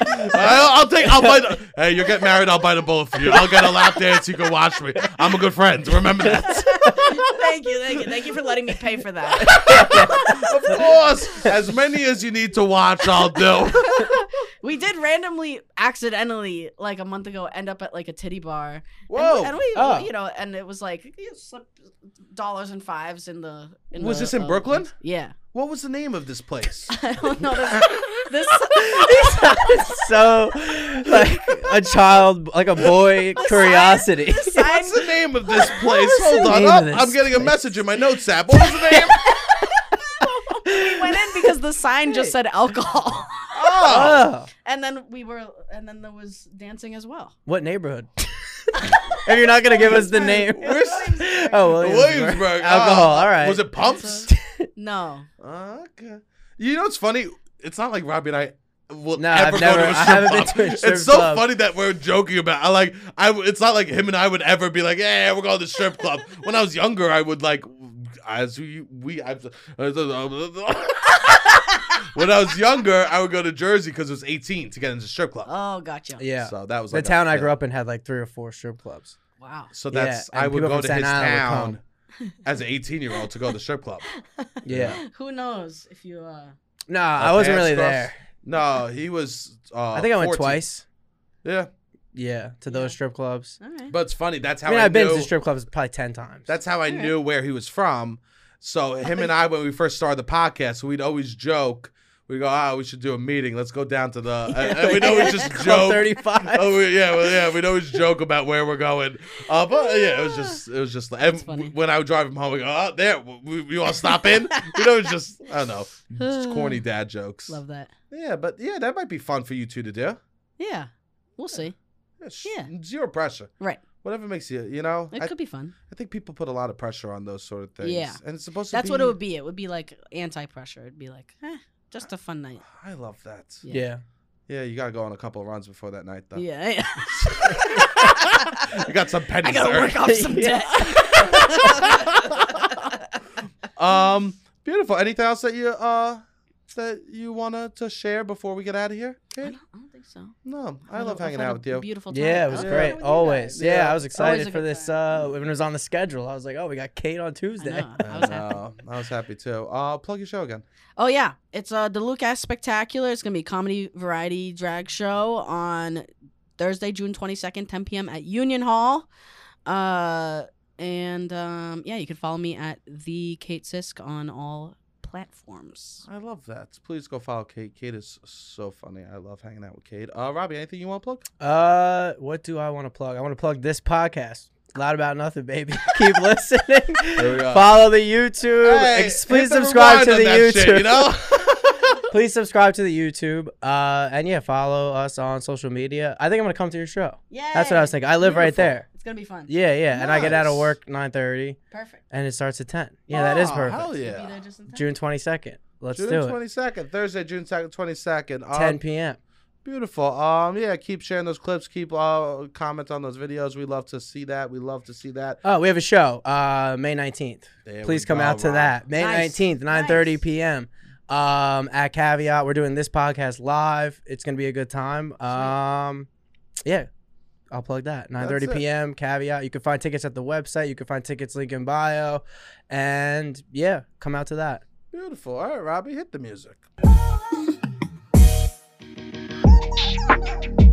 Speaker 1: I'll, I'll take. I'll buy. The, hey, you get married. I'll buy the both of you. I'll get a lap dance. You can watch me. I'm a good friend. Remember that.
Speaker 3: thank you, thank you, thank you for letting me pay for that.
Speaker 1: of course, as many as you need to watch, I'll do.
Speaker 3: We did randomly, accidentally, like a month ago, end up at like a titty bar.
Speaker 1: Whoa.
Speaker 3: And we,
Speaker 1: ah.
Speaker 2: Oh.
Speaker 3: you know, and it was like you slip dollars and fives in the. In
Speaker 1: Was
Speaker 3: the,
Speaker 1: this in
Speaker 3: uh,
Speaker 1: Brooklyn?
Speaker 3: Yeah.
Speaker 1: What was the name of this place?
Speaker 3: I don't know this. this
Speaker 2: It's so like a child, like a boy curiosity.
Speaker 3: the sign-
Speaker 1: What's the name of this place?
Speaker 2: was the
Speaker 1: Hold on.
Speaker 2: name of
Speaker 1: Oh,
Speaker 2: this
Speaker 1: I'm getting a
Speaker 2: place?
Speaker 1: message in my notes app. What was the name?
Speaker 3: we went in because the sign just said alcohol,
Speaker 1: Oh.
Speaker 2: Oh,
Speaker 3: and then we were, and then there was dancing as well.
Speaker 2: what neighborhood? if you're not gonna give us the name,
Speaker 1: Where's-
Speaker 2: oh Williamsburg,
Speaker 1: Williamsburg. Oh.
Speaker 2: alcohol. all right.
Speaker 1: Was it Pumps?
Speaker 3: No,
Speaker 1: okay. You know what's funny? It's not like Robbie and I will
Speaker 2: No,
Speaker 1: ever
Speaker 2: I've
Speaker 1: go to
Speaker 2: never-
Speaker 1: a
Speaker 2: I
Speaker 1: strip
Speaker 2: haven't
Speaker 1: club.
Speaker 2: been to a strip
Speaker 1: it's so
Speaker 2: club.
Speaker 1: funny that we're joking about. I like. I. w- It's not like him and I would ever be like, "Yeah, we're going to the strip club." when I was younger, I would like, as we we. I, when I was younger, I would go to Jersey because it was 18 to get into strip club.
Speaker 3: oh, gotcha.
Speaker 2: Yeah.
Speaker 1: So that was
Speaker 2: the
Speaker 1: like a
Speaker 2: town I
Speaker 1: thing.
Speaker 2: grew up in had like three or four strip clubs.
Speaker 3: Wow.
Speaker 1: So
Speaker 2: Yeah,
Speaker 1: that's I
Speaker 2: and
Speaker 1: would
Speaker 2: people
Speaker 1: go
Speaker 2: from
Speaker 1: to
Speaker 2: Staten
Speaker 1: his
Speaker 2: Island
Speaker 1: town as an 18 year old to go to the strip club.
Speaker 2: Yeah.
Speaker 3: Who knows if you? uh
Speaker 2: No, I wasn't
Speaker 1: pants
Speaker 2: really
Speaker 1: crossed.
Speaker 2: there.
Speaker 1: No, he was. Uh,
Speaker 2: I think I went
Speaker 1: 14.
Speaker 2: twice.
Speaker 1: Yeah,
Speaker 2: Yeah, to those strip clubs.
Speaker 3: All right.
Speaker 1: but it's funny. That's how
Speaker 2: I mean,
Speaker 1: I,
Speaker 2: I've been
Speaker 1: knew.
Speaker 2: to strip clubs probably ten times.
Speaker 1: That's how I knew where he was from. So him and I, when we first started the podcast, we'd always joke. We go, ah, we should do a meeting. Let's go down to the. and- and we'd always just
Speaker 2: Club
Speaker 1: joke.
Speaker 2: thirty-five.
Speaker 1: Oh we- yeah, well, yeah. We'd always joke about where we're going. Uh, but yeah, it was just, it was just. Like, and
Speaker 3: funny.
Speaker 1: when I would drive him home, we go, oh, there, we, we want to stop in. You know, it's just, I don't know, just corny dad jokes.
Speaker 3: Love that.
Speaker 1: Yeah, but yeah, that might be fun for you two to do.
Speaker 3: Yeah. We'll see.
Speaker 1: Yeah, sh-
Speaker 3: Yeah.
Speaker 1: Zero pressure.
Speaker 3: Right.
Speaker 1: Whatever makes you, you know.
Speaker 3: It
Speaker 1: I,
Speaker 3: could be fun.
Speaker 1: I think people put a lot of pressure on those sort of things.
Speaker 3: Yeah.
Speaker 1: And it's supposed to
Speaker 3: That's
Speaker 1: be.
Speaker 3: what it would be. It would be like anti pressure. It'd be like, eh, just a fun night.
Speaker 1: I love that. Yeah.
Speaker 3: Yeah.
Speaker 2: yeah.
Speaker 1: you got to go on a couple of runs before that night, though.
Speaker 3: Yeah.
Speaker 1: You got some pennies
Speaker 3: I gotta
Speaker 1: there.
Speaker 3: work off some
Speaker 2: Yeah.
Speaker 3: debt.
Speaker 1: Um, beautiful. Anything else that you, uh, that you want to share before we get out of here?
Speaker 3: I
Speaker 1: Kate?
Speaker 3: don't, I don't think so.
Speaker 1: No, I
Speaker 3: Had a-
Speaker 1: love
Speaker 3: I've
Speaker 1: hanging
Speaker 3: had a
Speaker 1: out with you.
Speaker 3: Beautiful time. Oh,
Speaker 2: Yeah, it
Speaker 3: I
Speaker 2: was
Speaker 3: love
Speaker 1: hanging
Speaker 2: great.
Speaker 3: hanging out with you
Speaker 2: Always.
Speaker 3: guys.
Speaker 2: Yeah,
Speaker 1: Yeah.
Speaker 2: I was
Speaker 3: Always
Speaker 2: excited
Speaker 3: a
Speaker 2: for
Speaker 3: good
Speaker 2: this. Uh,
Speaker 3: time.
Speaker 2: when it was on the schedule, I was like, oh, we got Kate on Tuesday.
Speaker 3: I know. I was happy.
Speaker 1: Uh, I was happy too. Uh, plug your show again.
Speaker 3: Oh yeah, it's uh the Luke Ass Spectacular. It's gonna be a comedy variety drag show on Thursday, June twenty second, ten p.m. at Union Hall. Uh, and um, yeah, you can follow me at the Kate Sisk on all platforms.
Speaker 1: I love that. Please go follow Kate. Kate is so funny. I love hanging out with Kate. Uh, Robbie, anything you want to plug?
Speaker 2: Uh, what do I want to plug? I want to plug this podcast. Loud about nothing, baby. Keep listening.
Speaker 1: we go.
Speaker 2: Follow the YouTube.
Speaker 1: Hey,
Speaker 2: Ex-
Speaker 1: hit
Speaker 2: please
Speaker 1: the
Speaker 2: subscribe
Speaker 1: rewind
Speaker 2: to
Speaker 1: on
Speaker 2: the
Speaker 1: that
Speaker 2: YouTube.
Speaker 1: shit, you know?
Speaker 2: Please subscribe to the YouTube. Uh, and yeah, follow us on social media. I think I'm gonna come to your show.
Speaker 3: Yeah.
Speaker 2: That's what I was thinking. I live right
Speaker 3: Beautiful.
Speaker 2: there.
Speaker 3: It's gonna be fun.
Speaker 2: Yeah, yeah. And I get out of
Speaker 1: Nice.
Speaker 2: work 9:30,
Speaker 3: Perfect.
Speaker 2: and it starts at 10. Yeah, that is
Speaker 1: Ah,
Speaker 2: perfect.
Speaker 1: Hell
Speaker 3: We'll be there
Speaker 1: yeah.
Speaker 3: just in time.
Speaker 2: June 22nd. Let's
Speaker 1: June
Speaker 2: do it.
Speaker 1: 22nd, Thursday, June 2nd, 22nd. Um,
Speaker 2: 10 p.m.
Speaker 1: Beautiful. Um, yeah, keep sharing those clips. Keep uh, comments on those videos. We love to see that. We love to see that.
Speaker 2: Oh, we have a show. Uh, May 19th.
Speaker 1: There we
Speaker 2: Please come
Speaker 1: go,
Speaker 2: out to
Speaker 1: Rob.
Speaker 2: that. May
Speaker 3: Nice.
Speaker 2: 19th, 9:30
Speaker 3: Nice.
Speaker 2: p.m. Um, at Caveat. We're doing this podcast live. It's gonna be a good time. Um, yeah. I'll plug that. 9:30
Speaker 1: it.
Speaker 2: p.m. Caveat. You can find tickets at the website. You can find tickets link in bio. And yeah, come out to that.
Speaker 1: Beautiful. All right, Robbie, hit the music.
Speaker 4: Thank you.